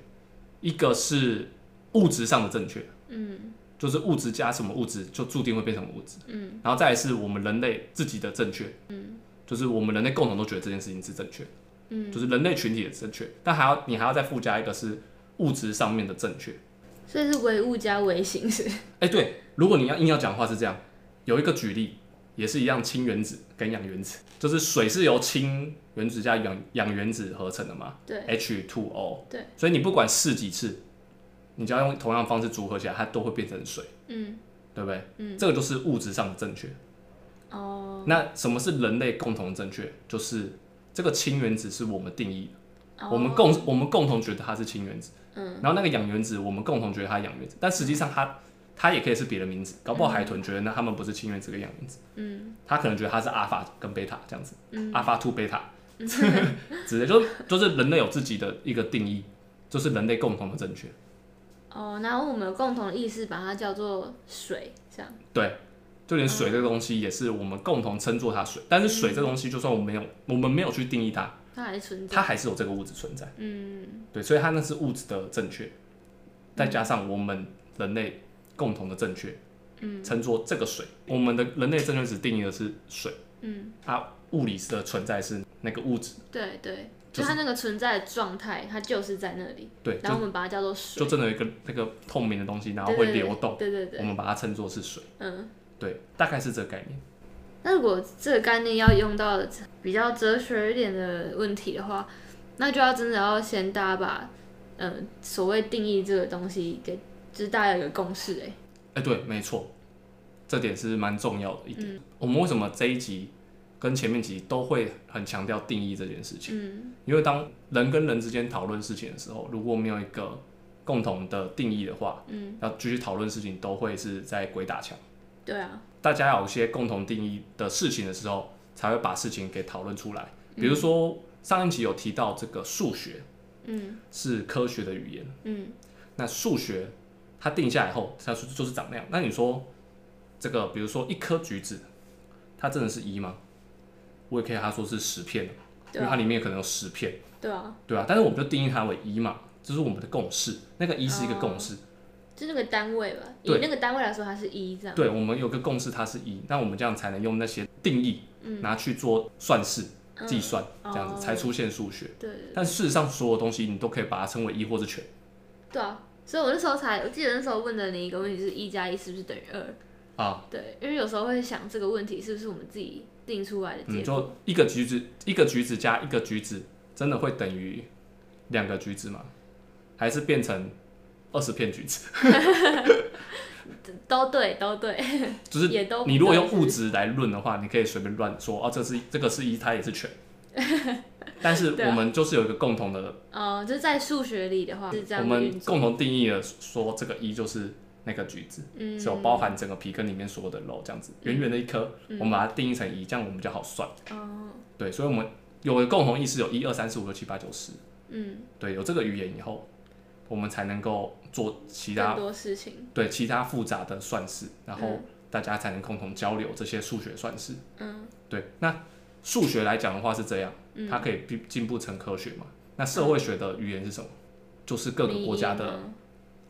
[SPEAKER 1] 一个是物质上的正确，
[SPEAKER 2] 嗯
[SPEAKER 1] 就是物质加什么物质就注定会变成物质，
[SPEAKER 2] 嗯，
[SPEAKER 1] 然后再来是我们人类自己的正确，嗯，就是我们人类共同都觉得这件事情是正确，
[SPEAKER 2] 嗯，
[SPEAKER 1] 就是人类群体的正确，但还要你还要再附加一个是物质上面的正确，
[SPEAKER 2] 所以是唯物加唯心 是不是？
[SPEAKER 1] 哎、对，如果你要硬要讲的话是这样，有一个举例也是一样，氢原子跟氧原子，就是水是由氢原子加氧氧原子合成的嘛
[SPEAKER 2] 对，
[SPEAKER 1] ，H2O。
[SPEAKER 2] 对，
[SPEAKER 1] 所以你不管试几次，你只要用同样的方式组合起来，它都会变成水，
[SPEAKER 2] 嗯，
[SPEAKER 1] 对不对？嗯，这个就是物质上的正确。
[SPEAKER 2] 哦
[SPEAKER 1] 那什么是人类共同正确？就是这个氢原子是我们定义的。
[SPEAKER 2] 哦，
[SPEAKER 1] 我们共我们共同觉得它是氢原子，
[SPEAKER 2] 嗯，
[SPEAKER 1] 然后那个氧原子我们共同觉得它是氧原子，但实际上它它也可以是别的名字，搞不好海豚觉得那它们不是氢原子跟氧原子，
[SPEAKER 2] 嗯
[SPEAKER 1] 它可能觉得它是阿尔法跟贝塔这样子，
[SPEAKER 2] 嗯
[SPEAKER 1] 阿尔法 two 贝塔之类，就是就是人类有自己的一个定义，就是人类共同的正确，
[SPEAKER 2] 哦，然后我们有共同的意识把它叫做水，这样
[SPEAKER 1] 对，就连水这个东西也是我们共同称作它水，但是水这个东西就算我们没有我们没有去定义它，
[SPEAKER 2] 它还存在。
[SPEAKER 1] 它还是有这个物质存在。
[SPEAKER 2] 嗯，
[SPEAKER 1] 对，所以它那是物质的正确，再加上我们人类共同的正确，嗯，称作这个水。我们的人类正确只定义的是水，
[SPEAKER 2] 嗯，
[SPEAKER 1] 它物理的存在是那个物质，
[SPEAKER 2] 对对，
[SPEAKER 1] 就
[SPEAKER 2] 就它那个存在的状态，它就是在那里，
[SPEAKER 1] 对，
[SPEAKER 2] 然后
[SPEAKER 1] 就
[SPEAKER 2] 我们把它叫做
[SPEAKER 1] 就
[SPEAKER 2] 水，
[SPEAKER 1] 真的有一个那个透明的东西，然后
[SPEAKER 2] 对
[SPEAKER 1] 会
[SPEAKER 2] 对对
[SPEAKER 1] 流动，
[SPEAKER 2] 对对
[SPEAKER 1] 我
[SPEAKER 2] 对，
[SPEAKER 1] 们把它称作是水，
[SPEAKER 2] 嗯。
[SPEAKER 1] 对，大概是这个概念。
[SPEAKER 2] 那如果这个概念要用到比较哲学一点的问题的话，那就要真的要先大家把嗯、呃所谓定义这个东西给，就是大家有个共识哎、
[SPEAKER 1] 哎、对，没错，这点是蛮重要的一点。
[SPEAKER 2] 嗯
[SPEAKER 1] 我们为什么这一集跟前面集都会很强调定义这件事情？
[SPEAKER 2] 嗯
[SPEAKER 1] 因为当人跟人之间讨论事情的时候，如果没有一个共同的定义的话，
[SPEAKER 2] 嗯，
[SPEAKER 1] 要继续讨论事情都会是在鬼打墙。
[SPEAKER 2] 对啊，
[SPEAKER 1] 大家有一些共同定义的事情的时候，才会把事情给讨论出来。比如说上一集有提到这个数学
[SPEAKER 2] 嗯
[SPEAKER 1] 是科学的语言，
[SPEAKER 2] 嗯
[SPEAKER 1] 那数学它定下来后，它是就是长那样。那你说这个，比如说一颗橘子，它真的是一吗？我也可以它说是十片的，因
[SPEAKER 2] 对
[SPEAKER 1] 为
[SPEAKER 2] 啊
[SPEAKER 1] 它里面可能有十片。
[SPEAKER 2] 对啊，
[SPEAKER 1] 对啊，但是我们就定义它为一嘛，这是我们的共识，那个一是一个共
[SPEAKER 2] 哦
[SPEAKER 1] 识，
[SPEAKER 2] 就那个单位吧，以
[SPEAKER 1] 对
[SPEAKER 2] 那个单位来说，它是一这样。
[SPEAKER 1] 对，我们有个共识它是一，那我们这样才能用那些定义、拿去做算式、计算，这样
[SPEAKER 2] 嗯哦
[SPEAKER 1] 子才出现数学。
[SPEAKER 2] 对对
[SPEAKER 1] 但事实上，所有东西你都可以把它称为一或是全。
[SPEAKER 2] 对啊，所以我那时候才，我记得那时候问了你一个问题，就是一加一是不是等于二？
[SPEAKER 1] 啊，
[SPEAKER 2] 对，因为有时候会想这个问题是不是我们自己定出来的
[SPEAKER 1] 嗯，
[SPEAKER 2] 结果？
[SPEAKER 1] 就一个橘子，一个橘子加一个橘子，真的会等于两个橘子吗？还是变成二十片橘子？嗯
[SPEAKER 2] 都对，都对，
[SPEAKER 1] 就是
[SPEAKER 2] 也都不
[SPEAKER 1] 你如果
[SPEAKER 2] 对
[SPEAKER 1] 用
[SPEAKER 2] 是
[SPEAKER 1] 物质来论的话，你可以随便乱说哦，这是这个是一，它也是 全。但是
[SPEAKER 2] 对啊
[SPEAKER 1] 我们就是有一个共同的，
[SPEAKER 2] 呃，就是在数学里的话是这
[SPEAKER 1] 我
[SPEAKER 2] 样的
[SPEAKER 1] 们
[SPEAKER 2] 运作。
[SPEAKER 1] 共同定义了说这个一就是那个橘子，
[SPEAKER 2] 嗯，
[SPEAKER 1] 只有包含整个皮跟里面所有的肉这样子，圆圆的一颗，
[SPEAKER 2] 嗯
[SPEAKER 1] 我们把它定义成一，这样我们就好算。
[SPEAKER 2] 哦，
[SPEAKER 1] 对，所以我们有了共同意识，有一二三四五六七八九十，
[SPEAKER 2] 嗯，
[SPEAKER 1] 对，有这个语言以后，我们才能够做其
[SPEAKER 2] 更
[SPEAKER 1] 他
[SPEAKER 2] 多事情，
[SPEAKER 1] 对其他复杂的算式，然后
[SPEAKER 2] 嗯
[SPEAKER 1] 大家才能共同交流这些数学算式。
[SPEAKER 2] 嗯
[SPEAKER 1] 对，那数学来讲的话是这样，它可以进进步成科学嘛？那社会学的语言是什么？就是各个国家
[SPEAKER 2] 民意啊
[SPEAKER 1] 的，
[SPEAKER 2] 吗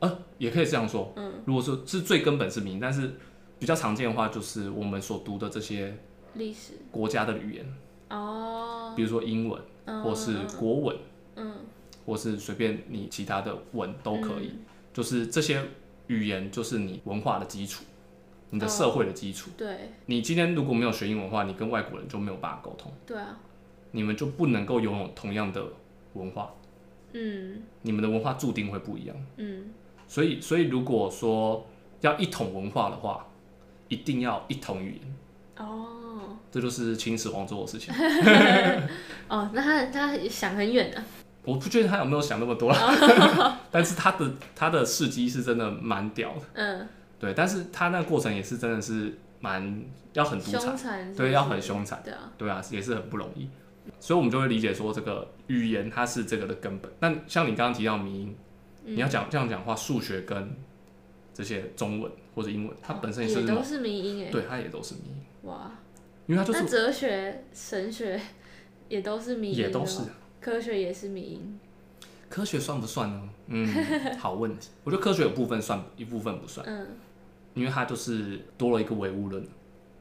[SPEAKER 1] 呃，也可以这样说。嗯，如果说是最根本是民意，但是比较常见的话就是我们所读的这些
[SPEAKER 2] 历史
[SPEAKER 1] 国家的语言，
[SPEAKER 2] 哦，
[SPEAKER 1] 比如说英文
[SPEAKER 2] 嗯
[SPEAKER 1] 或是国文，
[SPEAKER 2] 嗯
[SPEAKER 1] 或是随便你其他的文都可以，就是这些语言就是你文化的基础，你的
[SPEAKER 2] 哦
[SPEAKER 1] 社会的基础。
[SPEAKER 2] 嗯对
[SPEAKER 1] 你今天如果没有学英文的话，你跟外国人就没有办法沟通，
[SPEAKER 2] 对啊，
[SPEAKER 1] 你们就不能够拥有同样的文化，
[SPEAKER 2] 嗯
[SPEAKER 1] 你们的文化注定会不一样。
[SPEAKER 2] 嗯
[SPEAKER 1] 所以，所以如果说要一统文化的话，一定要一统语言，
[SPEAKER 2] 哦
[SPEAKER 1] 这就是秦始皇做的事情。
[SPEAKER 2] 哦，那他他想很远啊，
[SPEAKER 1] 我不确定他有没有想那么多啦， 但是他的他的事迹是真的蛮屌的，
[SPEAKER 2] 嗯，
[SPEAKER 1] 对，但是他那个过程也是真的是蛮要很独裁
[SPEAKER 2] 凶，残是不
[SPEAKER 1] 对，
[SPEAKER 2] 是
[SPEAKER 1] 要很，凶残，
[SPEAKER 2] 对啊，
[SPEAKER 1] 对啊，也是很不容易，所以我们就会理解说这个语言它是这个的根本。那像你刚刚提到迷音，
[SPEAKER 2] 嗯
[SPEAKER 1] 你要讲这样讲话，数学跟这些中文或者英文，它本身也是
[SPEAKER 2] 哦也
[SPEAKER 1] 某
[SPEAKER 2] 都是民音哎，
[SPEAKER 1] 对，它也都是迷音，
[SPEAKER 2] 哇，
[SPEAKER 1] 因为它就
[SPEAKER 2] 那
[SPEAKER 1] 是
[SPEAKER 2] 哲学、神学也都是迷音，
[SPEAKER 1] 也都是，
[SPEAKER 2] 科学也是迷音，
[SPEAKER 1] 科学算不算呢？嗯， 好问题，我觉得科学有部分算，一部分不算。
[SPEAKER 2] 嗯
[SPEAKER 1] 因为它就是多了一个唯物论，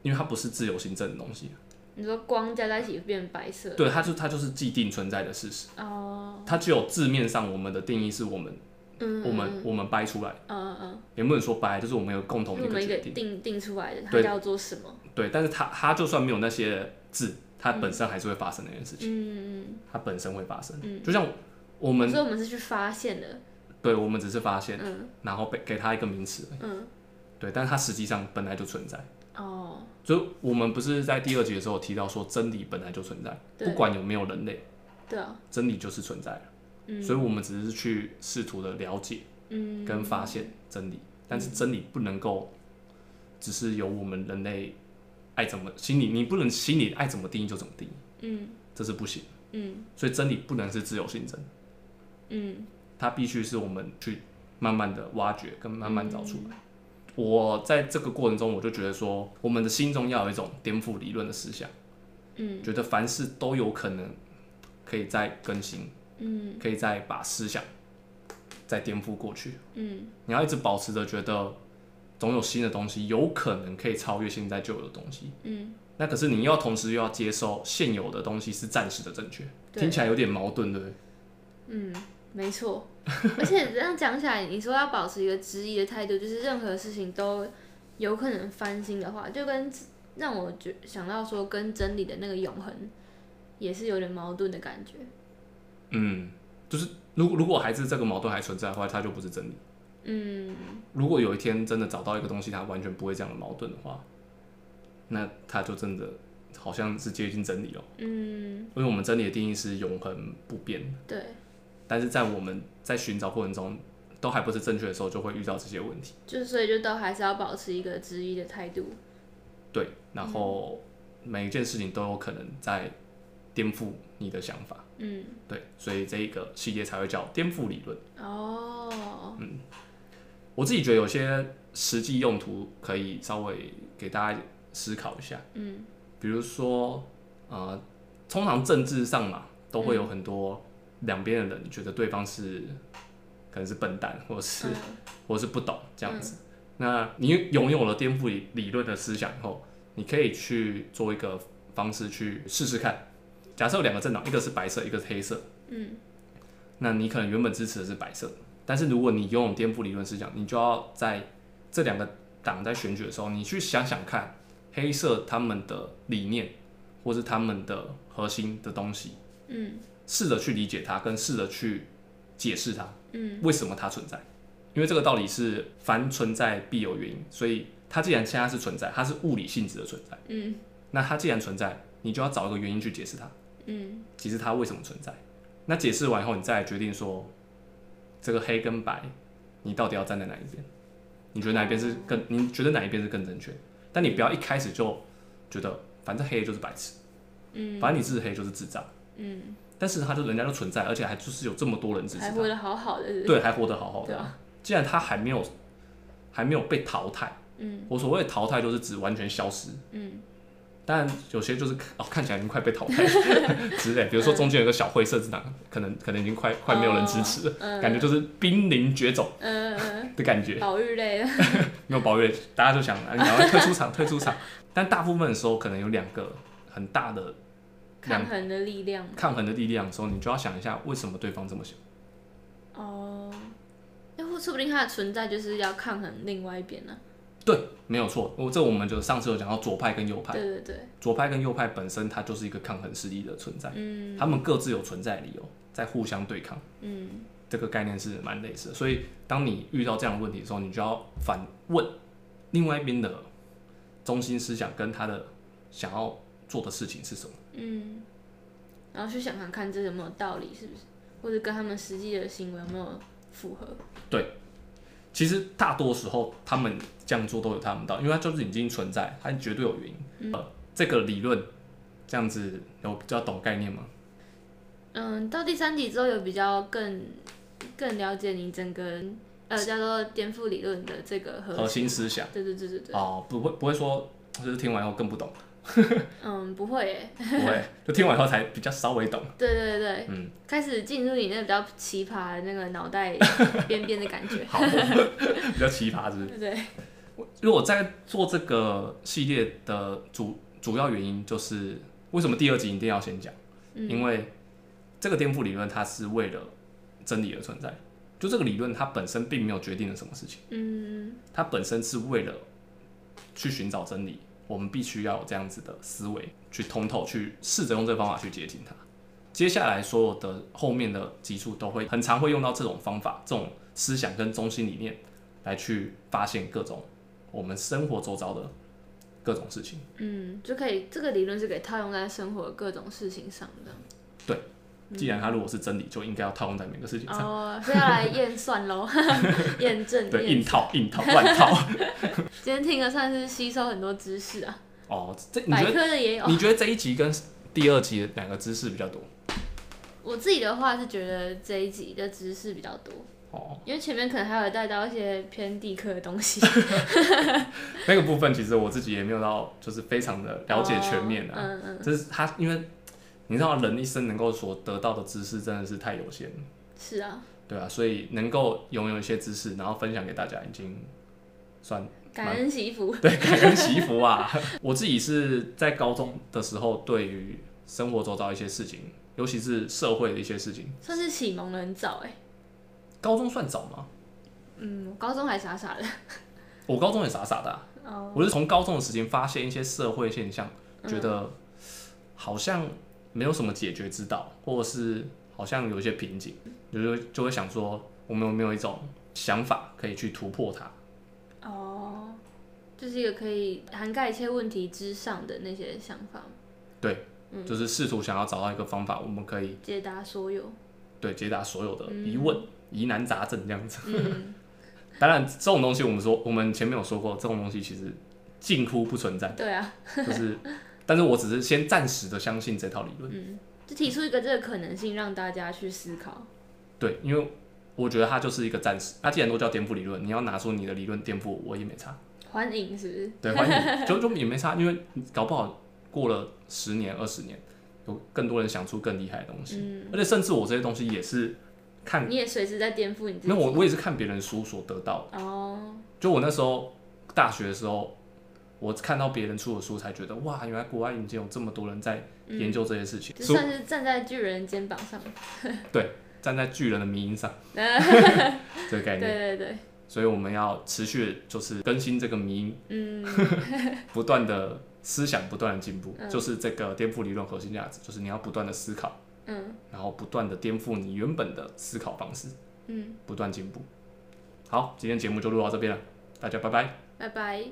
[SPEAKER 1] 因为它不是自由行政的东西，
[SPEAKER 2] 你说光加在一起变白色，
[SPEAKER 1] 对，它就它就是既定存在的事实，
[SPEAKER 2] 哦，
[SPEAKER 1] 它只有字面上我们的定义是我们
[SPEAKER 2] 嗯，
[SPEAKER 1] 我们我们掰出来，
[SPEAKER 2] 嗯嗯嗯
[SPEAKER 1] 也不能说掰，就是我们有共
[SPEAKER 2] 嗯，
[SPEAKER 1] 同
[SPEAKER 2] 因
[SPEAKER 1] 的
[SPEAKER 2] 为
[SPEAKER 1] 一个
[SPEAKER 2] 我们一个
[SPEAKER 1] 决定，
[SPEAKER 2] 定定出来的，它
[SPEAKER 1] 对
[SPEAKER 2] 叫做什么？
[SPEAKER 1] 对，但是它它就算没有那些字，它本身还是会发生那件事情，
[SPEAKER 2] 嗯嗯
[SPEAKER 1] 它本身会发生，
[SPEAKER 2] 嗯
[SPEAKER 1] 就像我
[SPEAKER 2] 嗯，
[SPEAKER 1] 们
[SPEAKER 2] 所以我们是去发现的，
[SPEAKER 1] 对我们只是发现，
[SPEAKER 2] 嗯
[SPEAKER 1] 然后被给它一个名词，
[SPEAKER 2] 嗯，
[SPEAKER 1] 对，但它实际上本来就存在。
[SPEAKER 2] 哦，
[SPEAKER 1] 就我们不是在第二集的时候提到说，真理本来就存在，
[SPEAKER 2] 对
[SPEAKER 1] 不管有没有人类，
[SPEAKER 2] 对啊，
[SPEAKER 1] 真理就是存在的。
[SPEAKER 2] 嗯
[SPEAKER 1] 所以我们只是去试图的了解
[SPEAKER 2] 嗯，
[SPEAKER 1] 跟发现真理，但是真理不能够只是由我们人类爱怎么心里，你不能心里爱怎么定义就怎么定义，
[SPEAKER 2] 嗯
[SPEAKER 1] 这是不行。
[SPEAKER 2] 嗯
[SPEAKER 1] 所以真理不能是自由性真，
[SPEAKER 2] 嗯，
[SPEAKER 1] 它必须是我们去慢慢的挖掘跟慢慢
[SPEAKER 2] 嗯
[SPEAKER 1] 找出来。我在这个过程中，我就觉得说，我们的心中要有一种颠覆理论的思想，
[SPEAKER 2] 嗯
[SPEAKER 1] 觉得凡事都有可能可以再更新，
[SPEAKER 2] 嗯
[SPEAKER 1] 可以再把思想再颠覆过去。
[SPEAKER 2] 嗯
[SPEAKER 1] 你要一直保持着觉得总有新的东西，有可能可以超越现在旧有的东西。
[SPEAKER 2] 嗯，
[SPEAKER 1] 那可是你要同时又要接受现有的东西是暂时的正确，
[SPEAKER 2] 对
[SPEAKER 1] 听起来有点矛盾，对不对？
[SPEAKER 2] 嗯，没错。而且这样讲起来，你说要保持一个质疑的态度，就是任何事情都有可能翻新的话，就跟让我觉想到说跟真理的那个永恒也是有点矛盾的感觉。
[SPEAKER 1] 嗯，就是如果如果还是这个矛盾还存在的话，它就不是真理。
[SPEAKER 2] 嗯，
[SPEAKER 1] 如果有一天真的找到一个东西，它完全不会这样的矛盾的话，那它就真的好像是接近真理了。
[SPEAKER 2] 嗯，
[SPEAKER 1] 因为我们真理的定义是永恒不变的，
[SPEAKER 2] 对
[SPEAKER 1] 但是在我们在寻找过程中都还不是正确的时候，就会遇到这些问题。
[SPEAKER 2] 就是所以就都还是要保持一个质疑的态度。
[SPEAKER 1] 对，然后每一件事情都有可能在颠覆你的想法，
[SPEAKER 2] 嗯，
[SPEAKER 1] 对，所以这一个系列才会叫颠覆理论。
[SPEAKER 2] 哦，
[SPEAKER 1] 我自己觉得有些实际用途可以稍微给大家思考一下，
[SPEAKER 2] 嗯
[SPEAKER 1] 比如说，呃，通常政治上嘛，都会有很多两边的人觉得对方是可能是笨蛋，或是
[SPEAKER 2] 嗯
[SPEAKER 1] 或是不懂这样子。那你拥有了颠覆理理论的思想以后，你可以去做一个方式去试试看。假设有两个政党，一个是白色，一个是黑色，
[SPEAKER 2] 嗯
[SPEAKER 1] 那你可能原本支持的是白色，但是如果你拥有颠覆理论思想，你就要在这两个党在选举的时候，你去想想看黑色他们的理念或是他们的核心的东西，
[SPEAKER 2] 嗯
[SPEAKER 1] 试着去理解它，跟试着去解释它。
[SPEAKER 2] 嗯
[SPEAKER 1] 为什么它存在？因为这个道理是凡存在必有原因，所以它既然现在是存在，它是物理性质的存在。
[SPEAKER 2] 嗯
[SPEAKER 1] 那它既然存在，你就要找一个原因去解释它，
[SPEAKER 2] 嗯
[SPEAKER 1] 解释它为什么存在。那解释完以后，你再来决定说，这个黑跟白，你到底要站在哪一边？你觉得哪一边是更？你觉得哪一边是更正确？但你不要一开始就觉得反正黑就是白痴，
[SPEAKER 2] 嗯
[SPEAKER 1] 反正你自黑就是智障。
[SPEAKER 2] 嗯，
[SPEAKER 1] 但是它就人家就存在，而且还就是有这么多人支持
[SPEAKER 2] 还
[SPEAKER 1] 它。
[SPEAKER 2] 活得好好的，是不是，
[SPEAKER 1] 对，还活得好好
[SPEAKER 2] 对
[SPEAKER 1] 的、
[SPEAKER 2] 啊。
[SPEAKER 1] 既然他还没有还没有被淘汰，
[SPEAKER 2] 嗯
[SPEAKER 1] 我所谓的淘汰就是指完全消失。
[SPEAKER 2] 嗯
[SPEAKER 1] 当然，有些就是哦，看起来已经快被淘 汰之类，比如说中间有个小灰色字档，可能可能已经快快没有人支持了，
[SPEAKER 2] 嗯
[SPEAKER 1] 感觉就是濒临绝种
[SPEAKER 2] 嗯嗯
[SPEAKER 1] 的感
[SPEAKER 2] 嗯，
[SPEAKER 1] 觉。
[SPEAKER 2] 保育类的，
[SPEAKER 1] 没有保育，大家就想啊，你赶快退出 场，退出场。但大部分的时候，可能有两个很大的
[SPEAKER 2] 抗衡的力量。
[SPEAKER 1] 抗衡的力量的时候，你就要想一下，为什么对方这么想。
[SPEAKER 2] 哦，哎，或不说不定它的存在就是要抗衡另外一边呢、
[SPEAKER 1] 对，没有错。我这我们就上次有讲到左派跟右派，
[SPEAKER 2] 对对对，
[SPEAKER 1] 左派跟右派本身它就是一个抗衡势力的存在，
[SPEAKER 2] 嗯
[SPEAKER 1] 他们各自有存在的理由，在互相对抗。
[SPEAKER 2] 嗯
[SPEAKER 1] 这个概念是蛮类似的。所以当你遇到这样的问题的时候，你就要反问另外一边的中心思想跟他的想要做的事情是什么。
[SPEAKER 2] 嗯，然后去想想看这有没有道理，是不是？或者跟他们实际的行为有没有符合？
[SPEAKER 1] 其实大多时候他们这样做都有他们道理，因为它就是已经存在，它绝对有原因。呃，这个理论这样子有比较懂概念吗？
[SPEAKER 2] 嗯，到第三集之后有比较更更了解你整个呃叫做颠覆理论的这个
[SPEAKER 1] 核
[SPEAKER 2] 核
[SPEAKER 1] 心思想
[SPEAKER 2] 对对对对对，
[SPEAKER 1] 哦，不会不会说就是听完以后更不懂，
[SPEAKER 2] 嗯，不会耶，
[SPEAKER 1] 不会，就听完以后才比较稍微懂。
[SPEAKER 2] 对对对对，
[SPEAKER 1] 嗯
[SPEAKER 2] 开始进入你那比较奇葩的那个脑 袋边边的感觉，
[SPEAKER 1] 好， 比较奇葩是不是？
[SPEAKER 2] 对对，
[SPEAKER 1] 因为我在做这个系列的主主要原因就是，为什么第二集一定要先讲？因为这个颠覆理论它是为了真理而存在，就这个理论它本身并没有决定了什么事情，
[SPEAKER 2] 嗯
[SPEAKER 1] 它本身是为了去寻找真理，我们必须要有这样子的思维去通透，去试着用这个方法去接近它。接下来所有的后面的集数都会很常会用到这种方法、这种思想跟中心理念来去发现各种我们生活周遭的各种事情。
[SPEAKER 2] 嗯，就可以这个理论是可以套用在生活各种事情上的。
[SPEAKER 1] 既然它如果是真理，就应该要套用在每个事情上。
[SPEAKER 2] 哦，是要来验 算喽，验证。
[SPEAKER 1] 对，
[SPEAKER 2] 验
[SPEAKER 1] 硬套、硬套、乱套。
[SPEAKER 2] 今天听了算是吸收很多知识啊，
[SPEAKER 1] 哦，这你
[SPEAKER 2] 百
[SPEAKER 1] 觉得？
[SPEAKER 2] 科的也有。
[SPEAKER 1] 你觉得这一集跟第二集哪个知识比较多？
[SPEAKER 2] 我自己的话是觉得这一集的知识比较多，
[SPEAKER 1] 哦，
[SPEAKER 2] 因为前面可能还有带到一些偏地科的东西，
[SPEAKER 1] 那个部分其实我自己也没有到，就是非常的 了解全面啊。
[SPEAKER 2] 哦嗯嗯，
[SPEAKER 1] 这是他，因为你知道人一生能够所得到的知识真的是太有限了，
[SPEAKER 2] 是啊，
[SPEAKER 1] 对啊，所以能够拥有一些知识，然后分享给大家，已经算
[SPEAKER 2] 感恩惜福。
[SPEAKER 1] 对感恩惜福 啊。我自己是在高中的时候，对于生活周遭一些事情，尤其是社会的一些事情，
[SPEAKER 2] 算是启蒙人早哎、
[SPEAKER 1] 高中算早吗？
[SPEAKER 2] 嗯，我高中还傻傻的。
[SPEAKER 1] 我高中也傻傻的啊、
[SPEAKER 2] 哦，
[SPEAKER 1] 我是从高中的事情发现一些社会现象，
[SPEAKER 2] 嗯
[SPEAKER 1] 觉得好像没有什么解决之道，或者是好像有一些瓶颈，就会就会想说，我们有没有一种想法可以去突破它？
[SPEAKER 2] 哦，就是一个可以涵盖一切问题之上的那些想法，
[SPEAKER 1] 对，
[SPEAKER 2] 嗯
[SPEAKER 1] 就是试图想要找到一个方法，我们可以
[SPEAKER 2] 解答 所有。
[SPEAKER 1] 对解答所有的疑问、疑难杂症这样子。
[SPEAKER 2] 嗯，
[SPEAKER 1] 当然，这种东西我们说，我们前面有说过，这种东西其实近乎不存在，
[SPEAKER 2] 对啊，
[SPEAKER 1] 就是，但是我只是先暂时的相信这套理论。
[SPEAKER 2] 嗯，就提出一个这个可能性，让大家去思考。
[SPEAKER 1] 对，因为我觉得它就是一个暂时。它既然都叫颠覆理论，你要拿出你的理论颠覆我，我也没差。
[SPEAKER 2] 欢迎是不是？
[SPEAKER 1] 对，欢迎你，就就也没差，因为搞不好过了十年、二十年，有更多人想出更厉害的东西。
[SPEAKER 2] 嗯，
[SPEAKER 1] 而且甚至我这些东西也是看，
[SPEAKER 2] 你也随时在颠覆你自己。
[SPEAKER 1] 那我我也是看别人书所得到。
[SPEAKER 2] 哦，
[SPEAKER 1] 就我那时候大学的时候，我看到别人出的书，才觉得哇，原来国外已经有这么多人在研究这些事情。
[SPEAKER 2] 嗯就
[SPEAKER 1] 书
[SPEAKER 2] 算是站在巨人肩膀 上。
[SPEAKER 1] 对，站在巨人的迷因上，这个概念。
[SPEAKER 2] 对对对，
[SPEAKER 1] 所以我们要持续就是更新这个迷因
[SPEAKER 2] 嗯，
[SPEAKER 1] 不断的思想不断的进步，
[SPEAKER 2] 嗯
[SPEAKER 1] 就是这个颠覆理论核心价值，就是你要不断的思考，
[SPEAKER 2] 嗯
[SPEAKER 1] 然后不断的颠覆你原本的思考方式，
[SPEAKER 2] 嗯，
[SPEAKER 1] 不断进步。好，今天节目就录到这边了，大家拜拜。
[SPEAKER 2] 拜拜。